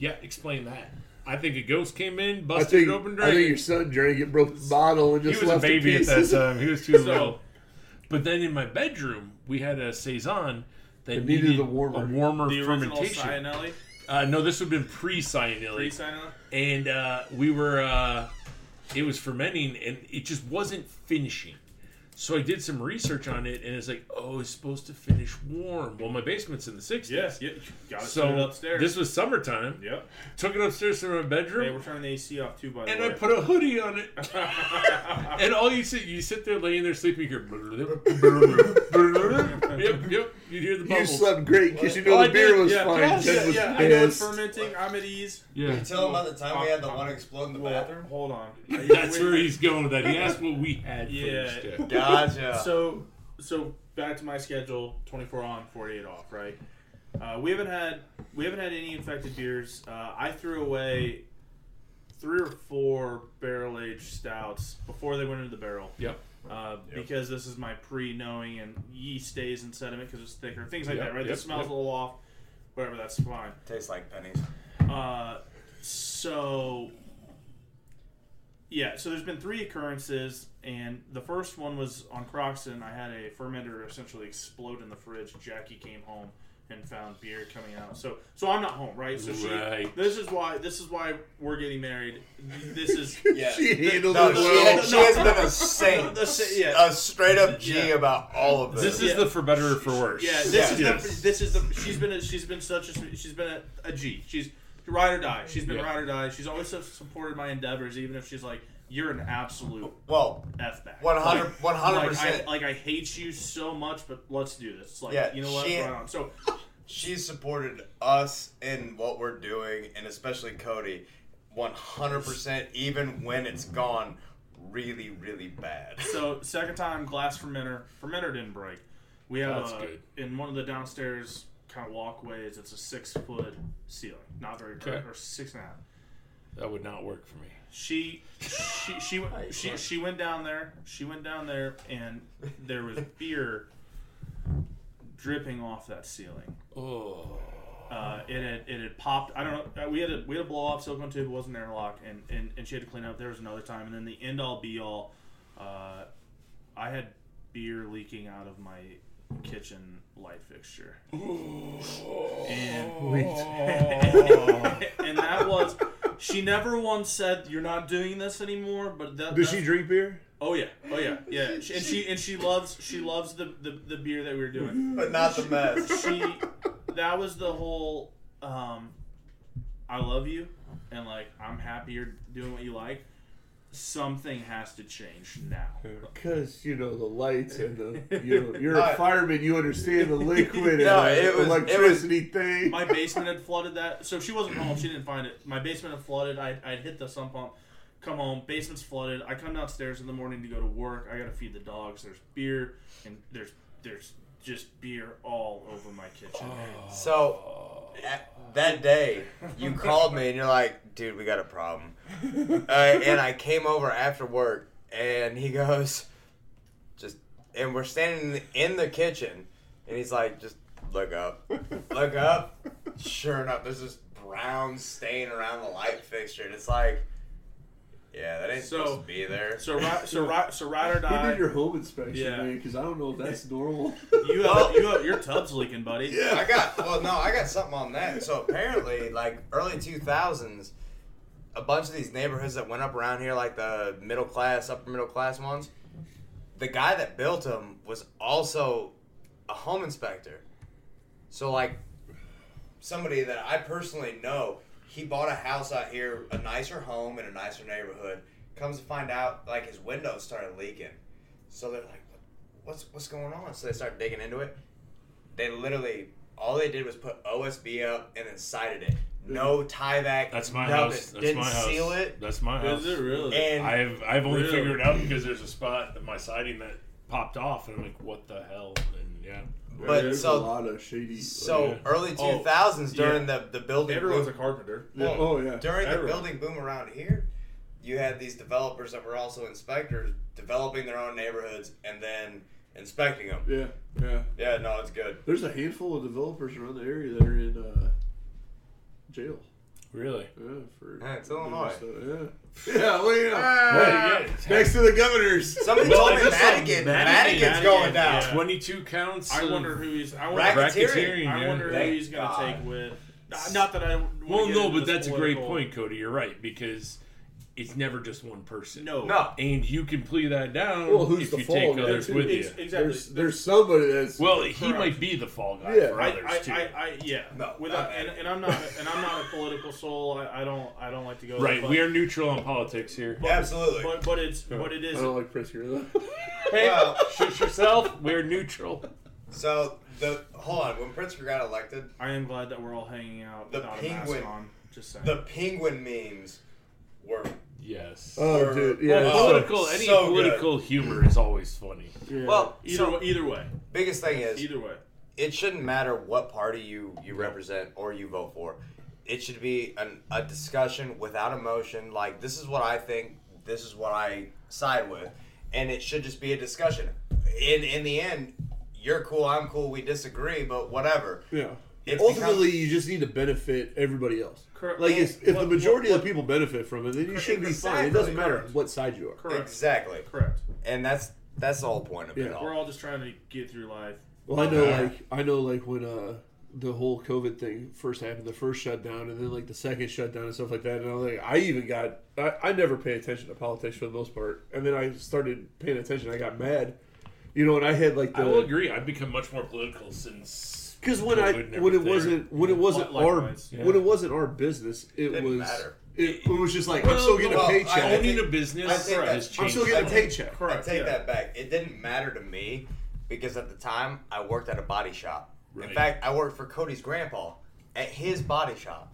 A: Yeah, explain that. I think a ghost came in,
E: I
A: busted
E: think,
A: it open,
E: I
A: drank
E: think
A: it
E: your son drank it, broke the bottle, and
A: he
E: just
A: was a
E: left
A: baby at
E: in
A: that
E: pieces.
A: time. He was too
B: So-
A: little. But then in my bedroom, we had a saison that
E: It
A: needed,
E: needed a warmer.
A: a warmer
B: The original
A: fermentation.
B: Cyanelli,
A: Uh, no, this would have been
B: pre
A: pre-cyanelli,
B: Cyanelli.
A: and uh, we were. Uh, it was fermenting, and it just wasn't finishing. So I did some research on it, and it's like, oh, it's supposed to finish warm. Well, my basement's in the 60s.
B: Yes, yeah, got
A: So
B: it upstairs.
A: this was summertime.
B: yep.
A: Took it upstairs to my bedroom.
B: Hey, we're turning the AC off too. By the
A: and
B: way,
A: I put a hoodie on it. and all you sit, you sit there laying there sleeping. You hear, yep, yep. You hear the
E: You
A: bubbles.
E: slept great because you know
A: Oh, I
E: the beer
A: did,
E: was
A: yeah.
E: fine.
A: Yes,
E: Ted
B: yeah,
E: was
B: yeah, I know it's
E: pissed.
B: fermenting. I'm at ease.
A: yeah,
D: Tell him about the time we had the one explode in the
B: Well,
D: bathroom.
B: hold on.
A: that's where he's going with that. He asked what we had
B: Yeah.
A: first. Yeah.
D: Gotcha.
B: So, so back to my schedule: twenty-four on, forty-eight off. Right. Uh, we haven't had we haven't had any infected beers. Uh, I threw away three or four barrel-aged stouts before they went into the barrel.
A: Yep.
B: Uh, Because this is my pre-knowing and yeast stays in sediment because it's thicker, things like
A: Yep,
B: that. Right.
A: yep,
B: the smells
A: yep.
B: a little off. Whatever. That's fine.
D: Tastes like pennies.
B: Uh, so yeah, so there's been three occurrences, and the first one was on Croxton. I had a fermenter essentially explode in the fridge. Jackie came home and found beer coming out. So so I'm not home, right? So she.
A: Right.
B: This is why this is why we're getting married. This is.
D: Yeah.
E: She handled
D: No,
E: it
D: she,
E: well.
D: she has been a saint.
B: The sa- yeah.
D: A straight up G
B: Yeah.
D: about all of this.
A: This is
B: Yeah.
A: the for better or for worse.
B: Yeah, this
D: Yes.
B: is the, this is the she's been a, she's been such a she's been a, a G. She's ride or die. She's been
A: Yeah.
B: ride or die. She's always su- supported my endeavors, even if she's like, you're an absolute
D: well,
B: f back.
D: 100
B: Like, I,
D: 100%.
B: like I hate you so much, but let's do this. Like
D: Yeah,
B: you know what?
D: she-
B: Right on. So
D: She's supported us in what we're doing, and especially Cody, 100%, even when it's gone really, really bad.
B: so second time glass fermenter fermenter didn't break. We have
A: That's
B: a,
A: good.
B: in one of the downstairs kind of walkways. It's a six foot ceiling, not very
A: Okay.
B: or six and a half.
A: That would not work for me.
B: She she she went she, she went down there. She went down there, and there was beer dripping off that ceiling.
A: Oh.
B: uh, it had it had popped. I don't know. uh, We had a we had a blow up silicone tube. It wasn't airlock, and, and and she had to clean up. There was another time, and then the end all be all. Uh, I had beer leaking out of my kitchen light fixture. And, and that was she never once said you're not doing this anymore, but that
E: Does she
B: that's-
E: drink beer?
B: Oh yeah, oh yeah, yeah. She, and she and she loves she loves the, the the beer that we were doing.
D: but not the mess.
B: She that was the whole um, I love you and like I'm happy you're doing what you like. Something has to change now.
E: Because you know the lights and the you know you're a
D: Alright.
E: fireman, you understand the liquid
D: No,
E: and the
D: it was- it was-
E: electricity thing.
B: My basement had flooded that, so she wasn't home. She didn't find it. My basement had flooded. I I hit the sump pump. Come home, basement's flooded. I come downstairs in the morning to go to work. I gotta feed the dogs. There's beer and there's there's just beer all over my kitchen.
D: Oh. So at- that day, you called me and you're like, "Dude, we got a problem." Uh, and I came over after work, and he goes, "Just," and we're standing in the, in the kitchen, and he's like, "Just look up, look up." Sure enough, there's this brown stain around the light fixture, and it's like, "Yeah, that ain't
B: So-
D: supposed to be there."
B: So ri- so ri- so ride or
E: Who
B: die.
E: did your home inspection,
B: Yeah.
E: man? Because I don't know if that's normal.
B: You have, you have, your tub's leaking, buddy.
D: I got well, no, I got something on that. So apparently, like early two thousands, a bunch of these neighborhoods that went up around here, like the middle class, upper middle class ones, the guy that built them was also a home inspector. So like somebody that I personally know, he bought a house out here, a nicer home in a nicer neighborhood. Comes to find out, like his windows started leaking. So they're like, "What's what's going on?" So they start digging into it they literally all they did was put OSB up and then sided it. No tieback.
A: That's my
D: nothing.
A: house. That's
D: Didn't
A: my house.
D: seal it.
A: That's my house.
B: Is it really?
D: And
A: I've I've only
B: Really?
A: figured it out because there's a spot in my siding that popped off, and I'm like, what the hell? And yeah,
D: But
E: There's
D: so-
E: a lot of shady.
D: so
A: yeah.
D: early
B: Oh,
D: two thousands during the the building
B: Everyone's a
D: boom,
B: carpenter.
E: Yeah,
D: well,
E: oh yeah.
D: during the
B: everyone.
D: building boom around here, you had these developers that were also inspectors developing their own neighborhoods and then inspecting them.
E: yeah, yeah.
D: Yeah, no, it's good.
E: There's a handful of developers around the area that are in uh, jail.
A: really.
E: Yeah, for
D: Yeah, it's Illinois.
E: doing stuff. Yeah, yeah. Well, you know,
A: Well, yeah.
E: next to the governor's.
D: Somebody
A: Well, I
D: told me
A: guess I'm
D: Madigan.
B: Madigan-
D: Madigan's going
B: Madigan,
D: down.
B: yeah.
A: 22 counts.
B: I
A: of-
B: wonder who he's. I wonder,
D: Racket-
A: Racketeering.
B: I
A: yeah.
B: wonder who
D: Thank
B: he's gonna
D: God.
B: take with. not- Not that I. don't wanna
A: Well,
B: get
A: no,
B: into
A: but
B: this
A: that's a great
B: political-
A: point, Cody. You're right because it's never just one person.
B: No,
D: No,
A: and you can plea that down
E: Well, who's
A: if
E: the
A: you
E: fall
A: take
E: guy,
A: others
E: too?
A: with
B: Ex-
A: you.
B: exactly.
E: There's, there's somebody that's
A: Well, he
B: Correct.
A: might be the fall guy
E: Yeah.
A: for
B: I,
A: others too.
B: I, I, I, yeah.
D: No,
B: Without,
D: not
B: and,
D: Madigan.
B: and I'm not, and I'm not a political soul. I, I don't, I don't like to go. there,
A: right,
B: but-
A: we are neutral on politics here.
D: absolutely.
B: But, but it's, but it
E: I
B: is.
E: don't like Chris here though.
A: Hey,
D: Well-
A: shoot yourself. We're neutral.
D: So the hold on, when Pritzker got elected,
B: I am glad that we're all hanging out
D: The
B: without a
D: penguin.
B: mask on. Just saying.
D: the penguin memes were
A: Yes.
E: oh,
D: Or-
E: dude.
A: Well,
E: Yeah.
D: Oh,
E: so-
A: political, any
D: so good.
A: political humor is always funny.
E: yeah.
D: well.
B: either,
D: so
B: way, either way,
D: biggest thing is
B: either way.
D: it shouldn't matter what party you you represent or you vote for. It should be an, a discussion without emotion. Like this is what I think. This is what I side with, and it should just be a discussion. In in the end, you're cool. I'm cool. We disagree, but whatever.
E: yeah.
D: It's
E: Ultimately, you just need to benefit everybody else.
B: Correct.
E: Like, it's,
B: And
E: if
B: what-
E: the majority of the people benefit from it, then you should be fine. It doesn't matter
B: Correct.
E: what side you are.
D: become-
B: Correct.
D: exactly,
B: Correct.
D: and that's that's the whole point of it
E: Yeah.
D: all.
B: We're all just trying to get through life.
E: Well, I know,
A: Yeah.
E: like, I know, like when uh the whole COVID thing first happened, the first shutdown, and then like the second shutdown and stuff like that. And I was like, I even got, I, I never pay attention to politics for the most part, and then I started paying attention. I got mad, you know, and I had like
A: I will
E: the
A: agree. I've become much more political since
E: because when I
A: COVID and
E: when it
A: everything.
E: wasn't when it wasn't our
B: Likewise,
A: yeah.
E: when it wasn't our business, it
D: Didn't
E: was
D: matter.
E: it, it was just like I'm
A: Well,
E: still getting
D: well,
E: a
D: I
E: paycheck.
A: owning
D: think-
A: a business
D: I think
A: has
D: that-
A: changed.
E: I'm still getting a
D: I think-
E: paycheck.
D: I
B: Correct.
D: take
B: yeah.
D: that back. It didn't matter to me because at the time I worked at a body shop.
A: Right.
D: In fact, I worked for Cody's grandpa at his body shop,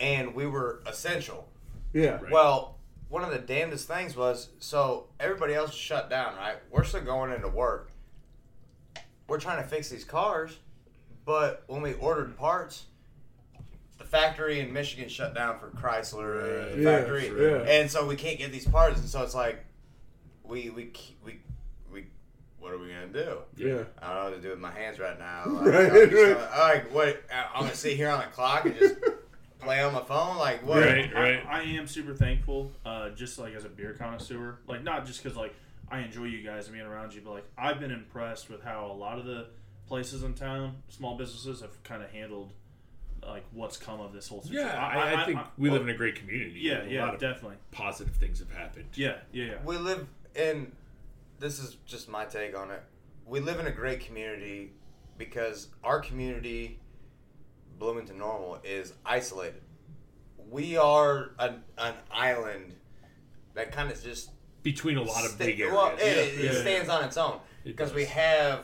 D: and we were essential.
E: Yeah,
A: Right.
D: Well, one of the damnedest things was so everybody else is shut down, right? We're still going into work. We're trying to fix these cars, but when we ordered parts, the factory in Michigan shut down for Chrysler
A: Right.
D: the
E: Yeah,
D: factory,
E: yeah.
D: and so we can't get these parts, and so it's like we we c- we we what are we gonna do?
E: yeah.
D: I don't know what to do with my hands right now. Like,
E: Right,
D: I'm just
E: right.
D: gonna- all right, what? I'm gonna sit here on the clock and just play on my phone, like what?
A: Right, right.
B: I, I am super thankful, uh, just like as a beer connoisseur, like not just because like I enjoy you guys and being around you, but like I've been impressed with how a lot of the places in town, small businesses have kind of handled like what's come of this whole situation.
A: Yeah, I, I, oh, think we live in a great community.
B: yeah,
A: and a lot
B: yeah,
A: of
B: definitely.
A: positive things have happened.
B: Yeah, yeah, yeah.
D: We live in. This is just my take on it. We live in a great community because our community, Bloomington Normal, is isolated. We are an, an island that kind of just
A: Between a lot of
D: sta-
A: big areas.
D: well, it, it
B: Yeah.
D: stands on its own
A: It
D: because we
A: does.
D: have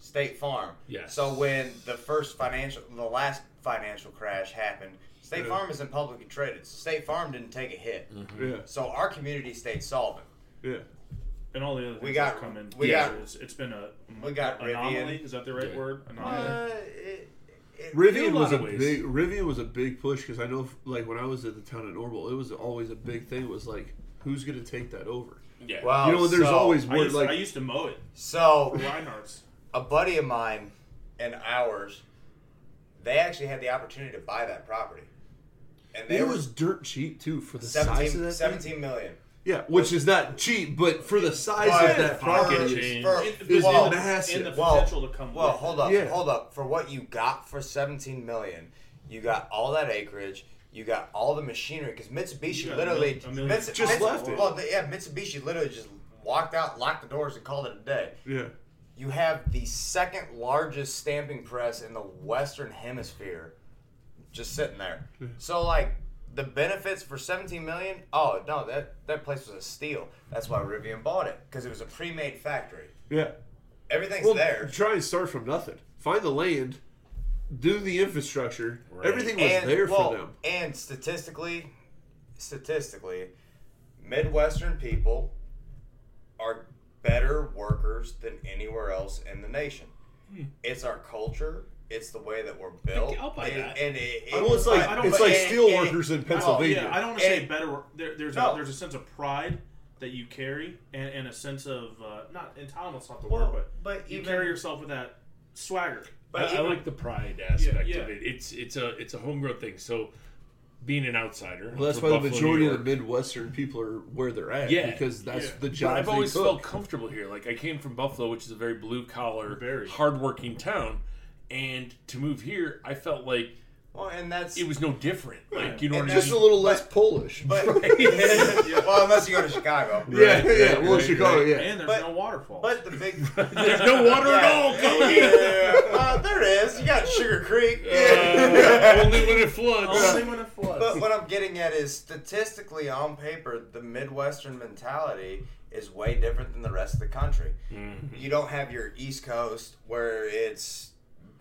D: State Farm.
A: Yes.
D: So when the first financial, the last financial crash happened, State
E: Yeah.
D: Farm isn't publicly traded, so State Farm didn't take a hit.
A: Mm-hmm.
E: Yeah,
D: So our community stayed solvent.
E: yeah.
B: And all the other things
D: We
B: we
D: got-
B: have come in.
D: we
A: got-
B: it's, it's been a mm,
D: we got
B: anomaly.
D: Rivian.
B: Is that the right
A: Yeah.
B: word? Anomaly.
D: Uh, it, it,
E: Rivian
A: In a lot
E: was a
A: of ways.
E: big Rivian was a big push because I know f- like when I was at the town at Normal, it was always a big thing. Was like who's going to take that over?
A: yeah.
D: Well,
E: You know, there's
D: so,
E: always
B: I,
E: word
B: used,
E: like
B: I used to mow it for
D: so
B: Reinhardt's.
D: a buddy of mine and ours. They actually had the opportunity to buy that property, and they
E: it
D: were
E: was dirt cheap too for the size of
D: 17,
E: that.
D: 17 million.
E: Yeah, which is not cheap, but for the size
D: But
E: of that
D: for-
E: pocket,
A: change.
E: is-
D: for-
B: It-
E: is
D: well,
E: massive.
B: in the
D: Well,
B: potential to come.
D: Well,
B: with it.
D: hold up,
E: Yeah.
D: hold up. For what you got for 17 million, you got all that acreage, you got all the machinery because
B: You
D: Mitsubishi
B: got
D: literally
B: a mil- a million-
D: Mits-
E: Just
D: Mits-
E: left it.
D: Well, they- yeah, Mitsubishi literally just walked out, locked the doors, and called it a day.
E: yeah,
D: You have the second largest stamping press in the Western Hemisphere, just sitting there. So like. The benefits for 17 million? Oh no, that that place was a steal. That's why Rivian bought it because it was a pre-made factory.
E: yeah.
D: Everything's
E: Well,
D: there.
E: try and start from nothing. Find the land, do the infrastructure.
A: Right.
E: Everything was there for them.
D: And statistically, statistically, Midwestern people are better workers than anywhere else in the nation. It's our culture. It's the way that we're built.
A: Hmm. I'll buy
D: and,
A: that.
D: and it, it-
E: Well, it's like
B: I don't-
E: it's like
D: and- and-
E: steel workers in Pennsylvania.
B: Oh, Yeah, I don't want to say
D: And-
B: better. work- There, there's
D: No.
B: a, there's a sense of pride that you carry, and, and a sense of uh, not entitlement's not the
D: Well,
B: word, but
D: but
B: you
D: even-
B: carry yourself with that swagger.
D: But
A: I, I
D: even-
A: like the pride aspect
B: Yeah, yeah.
A: of it. It's it's a it's a homegrown thing. So being an outsider,
E: Well, that's
A: from
E: why the
A: Buffalo, New
E: majority of the
A: York,
E: Midwestern people are where they're at.
A: Yeah,
E: because that's
B: yeah.
E: the
A: But
E: job
A: I've
E: they
A: always
E: took.
A: felt comfortable here. Like I came from Buffalo, which is a very blue collar,
B: Very.
A: hardworking town, and to move here, I felt like
D: well, and that's
A: it was no different. Like you know
D: And
A: what I
E: just
A: mean?
E: a little less Polish.
D: but,
A: Right.
D: well, unless you go to Chicago.
E: yeah,
A: Right,
E: yeah,
A: right,
E: well,
A: right,
E: Chicago,
A: right.
E: yeah.
B: And there's
D: But-
B: no waterfall.
D: But the big
A: There's no water at all, Cody.
D: Uh, there it is. You got Sugar Creek.
A: Uh, only when it floods.
B: only Oh, when it floods.
D: But what I'm getting at is statistically on paper, the Midwestern mentality is way different than the rest of the country. You don't have your East Coast where it's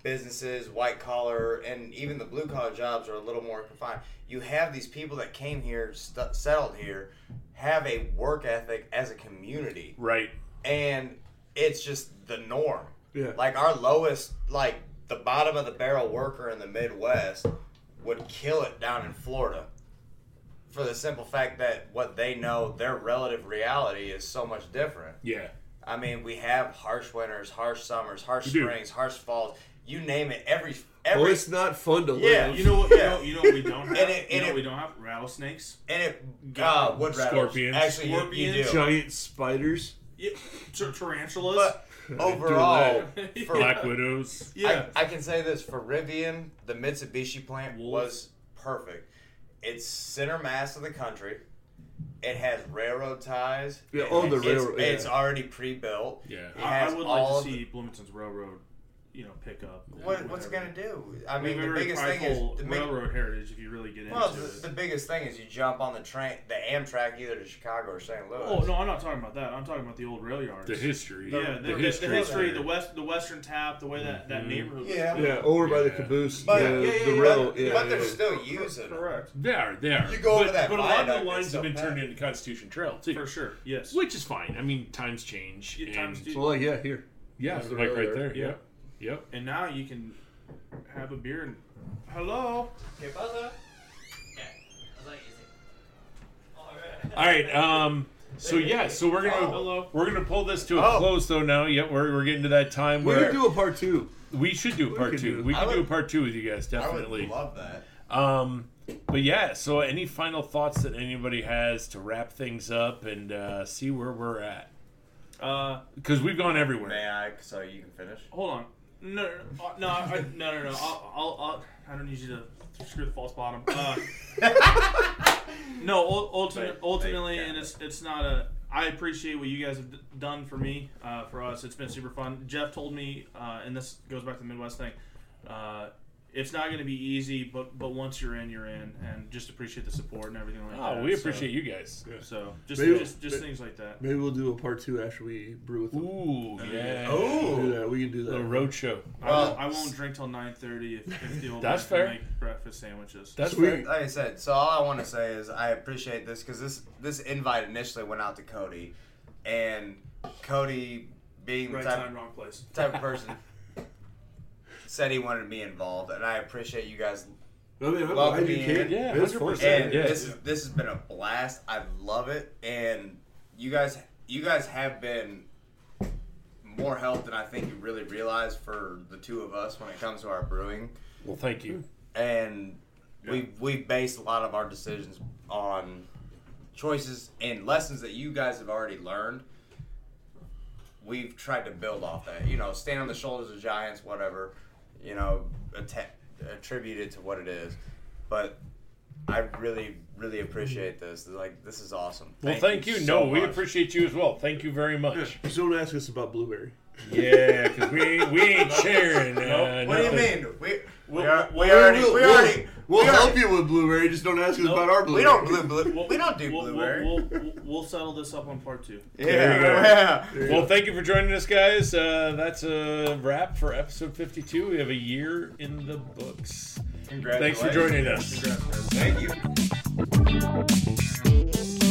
D: businesses, white collar, and even the blue collar jobs are a little more confined. You have these people that came here, st- settled here, have a work ethic as a community,
A: Right.
D: and it's just the norm.
E: Yeah.
D: Like our lowest, like the bottom of the barrel worker in the Midwest would kill it down in Florida for the simple fact that what they know, their relative reality is so much different.
A: Yeah.
D: I mean, we have harsh winters, harsh summers, harsh
A: We do.
D: springs, harsh falls. You name it. Every every
E: Well, it's not fun to live.
D: Yeah,
B: you know what? You
D: Yeah.
B: know, you know what we don't have.
D: And it-
B: you
D: and
B: know
D: it-
B: what we don't have rattlesnakes.
D: and it uh, wood rattles.
A: Scorpions.
D: Actually, you- you,
B: Scorpions.
D: do.
E: Giant spiders.
B: Yeah, tar- tarantulas.
D: But overall, for
A: Black widows.
B: yeah,
D: I, I can say this for Rivian, the Mitsubishi plant
B: Wolves.
D: was perfect. It's center mass of the country. It has railroad ties.
E: Yeah,
D: It-
E: all the
D: it's,
E: railroad- yeah.
D: It's already pre-built.
A: Yeah.
D: It
B: I, I
D: has
B: would
D: all
B: like to
D: the-
B: see Bloomington's railroad, you know, pick up.
D: What, what's it gonna do? I mean, the
B: very
D: biggest thing is
B: prideful
D: the big-
B: railroad heritage. If you really get into
D: well,
B: it.
D: the, the biggest thing is you jump on the train, the Amtrak, either to Chicago or St. Louis.
B: Oh no, I'm not talking about that. I'm talking about the old rail yards.
A: The history.
B: yeah, the, the history, Mm-hmm. the, west, the western tap, the way that that
A: Mhm.
B: neighborhood. was-
D: Yeah.
E: Yeah, over by the
A: Yeah.
E: caboose.
D: But-
E: the,
B: yeah, yeah,
E: the
B: yeah,
E: rail.
D: but,
E: yeah,
D: but
E: yeah,
D: they're
E: yeah.
D: still using. it.
B: correct
A: They are. They are.
D: You go over
A: But-
D: that
A: But a lot of
D: viaduct,
A: the lines
D: it's
A: have
D: so
A: been turned
D: packed.
A: into Constitution Trail too.
B: for sure. Yes.
A: Which is fine. I mean, times change.
B: Yeah, times
A: and-
B: do-
E: Well, like, yeah, here.
A: Yeah,
E: There's the
A: like
E: rail
A: right
E: there.
A: there. Yep. Yep.
B: And now you can have a beer and hello.
D: Okay, buzzer.
A: All right. Um. So yeah. So we're gonna
B: Hello.
A: we're gonna pull this to a
D: Oh.
A: close though. Now. Yep. We're, we're getting to that time
E: We
A: where
E: could do a part two.
A: we should do a part
E: could
A: two.
E: do-
A: We
D: I
A: can do a
D: would-
A: part two with you guys
D: I
A: definitely.
D: would love that.
A: Um, but yeah, so any final thoughts that anybody has to wrap things up and uh, see where we're at?
B: Uh,
A: Because we've gone everywhere.
D: May I? So you can finish.
B: hold on. No, no, no, uh, no, I, no, no, no. I'll, I'll, I'll, I don't need you to screw the false bottom. Uh, no, ul- ultimate,
D: Wait,
B: ultimately,
D: wait,
B: and
D: yeah.
B: it's it's not a. I appreciate what you guys have d- done for me, uh, for us. It's been super fun. Jeff told me, uh, and this goes back to the Midwest thing. Uh, it's not going to be easy, but but once you're in, you're in, and just appreciate the support and everything like that.
A: Oh, we appreciate you guys.
B: So, so just
E: Maybe-
B: just, just
E: may-
B: things like that.
E: Maybe we'll do a part two after we brew with them.
D: Oh,
A: Ooh, yeah.
E: We can do
D: Ooh.
E: that. We can do
A: A
E: that.
A: road show.
B: I won't,
D: Well,
B: I won't drink till nine thirty if, if the old
A: That's
B: man can
A: fair.
B: make breakfast sandwiches.
A: That's
E: Sweet.
A: fair.
D: Like I said, so all I want to say is I appreciate this because this this invite initially went out to Cody, and Cody being the
B: right
D: type,
B: time, wrong place.
D: type of person said he wanted me involved, and I appreciate you guys.
E: I mean, I'm
D: Welcome
E: glad you
D: in.
E: came.
A: Yeah,
E: That's fun.
A: 100%.
D: And
A: Yeah.
D: this is this has been a blast. I love it, and you guys you guys have been more help than I think you really realize for the two of us when it comes to our brewing.
A: Well, thank you.
D: and we we based a lot of our decisions on choices and lessons that you guys have already learned. We've tried to build off that, you know, stand on the shoulders of giants, whatever, you know, atta- attribute it to what it is. But I really, really appreciate this. Like, this is awesome.
A: Well, thank you.
D: so
A: No, we
D: much.
A: appreciate you as well. Thank you very much.
E: Just don't ask us about blueberry.
A: Yeah, because we ain't, we ain't sharing. Uh,
D: What do you
A: nothing.
D: mean? We we,
B: We'll-
D: are, we
E: We'll-
D: already
E: we'll-
D: we already
E: We'll
D: we
E: help
D: already-
E: you with blueberry. Just don't ask us about our blueberry.
D: We don't blue, blue,
B: We'll-
D: we don't do
B: we'll,
D: blueberry.
B: We'll, we'll, we'll settle this up on part two.
A: There you go.
D: yeah.
A: Well, thank you for joining us, guys. Uh, that's a wrap for episode 52. We have a year in the books. Thanks for joining us.
B: Congrats, guys.
D: Thank you.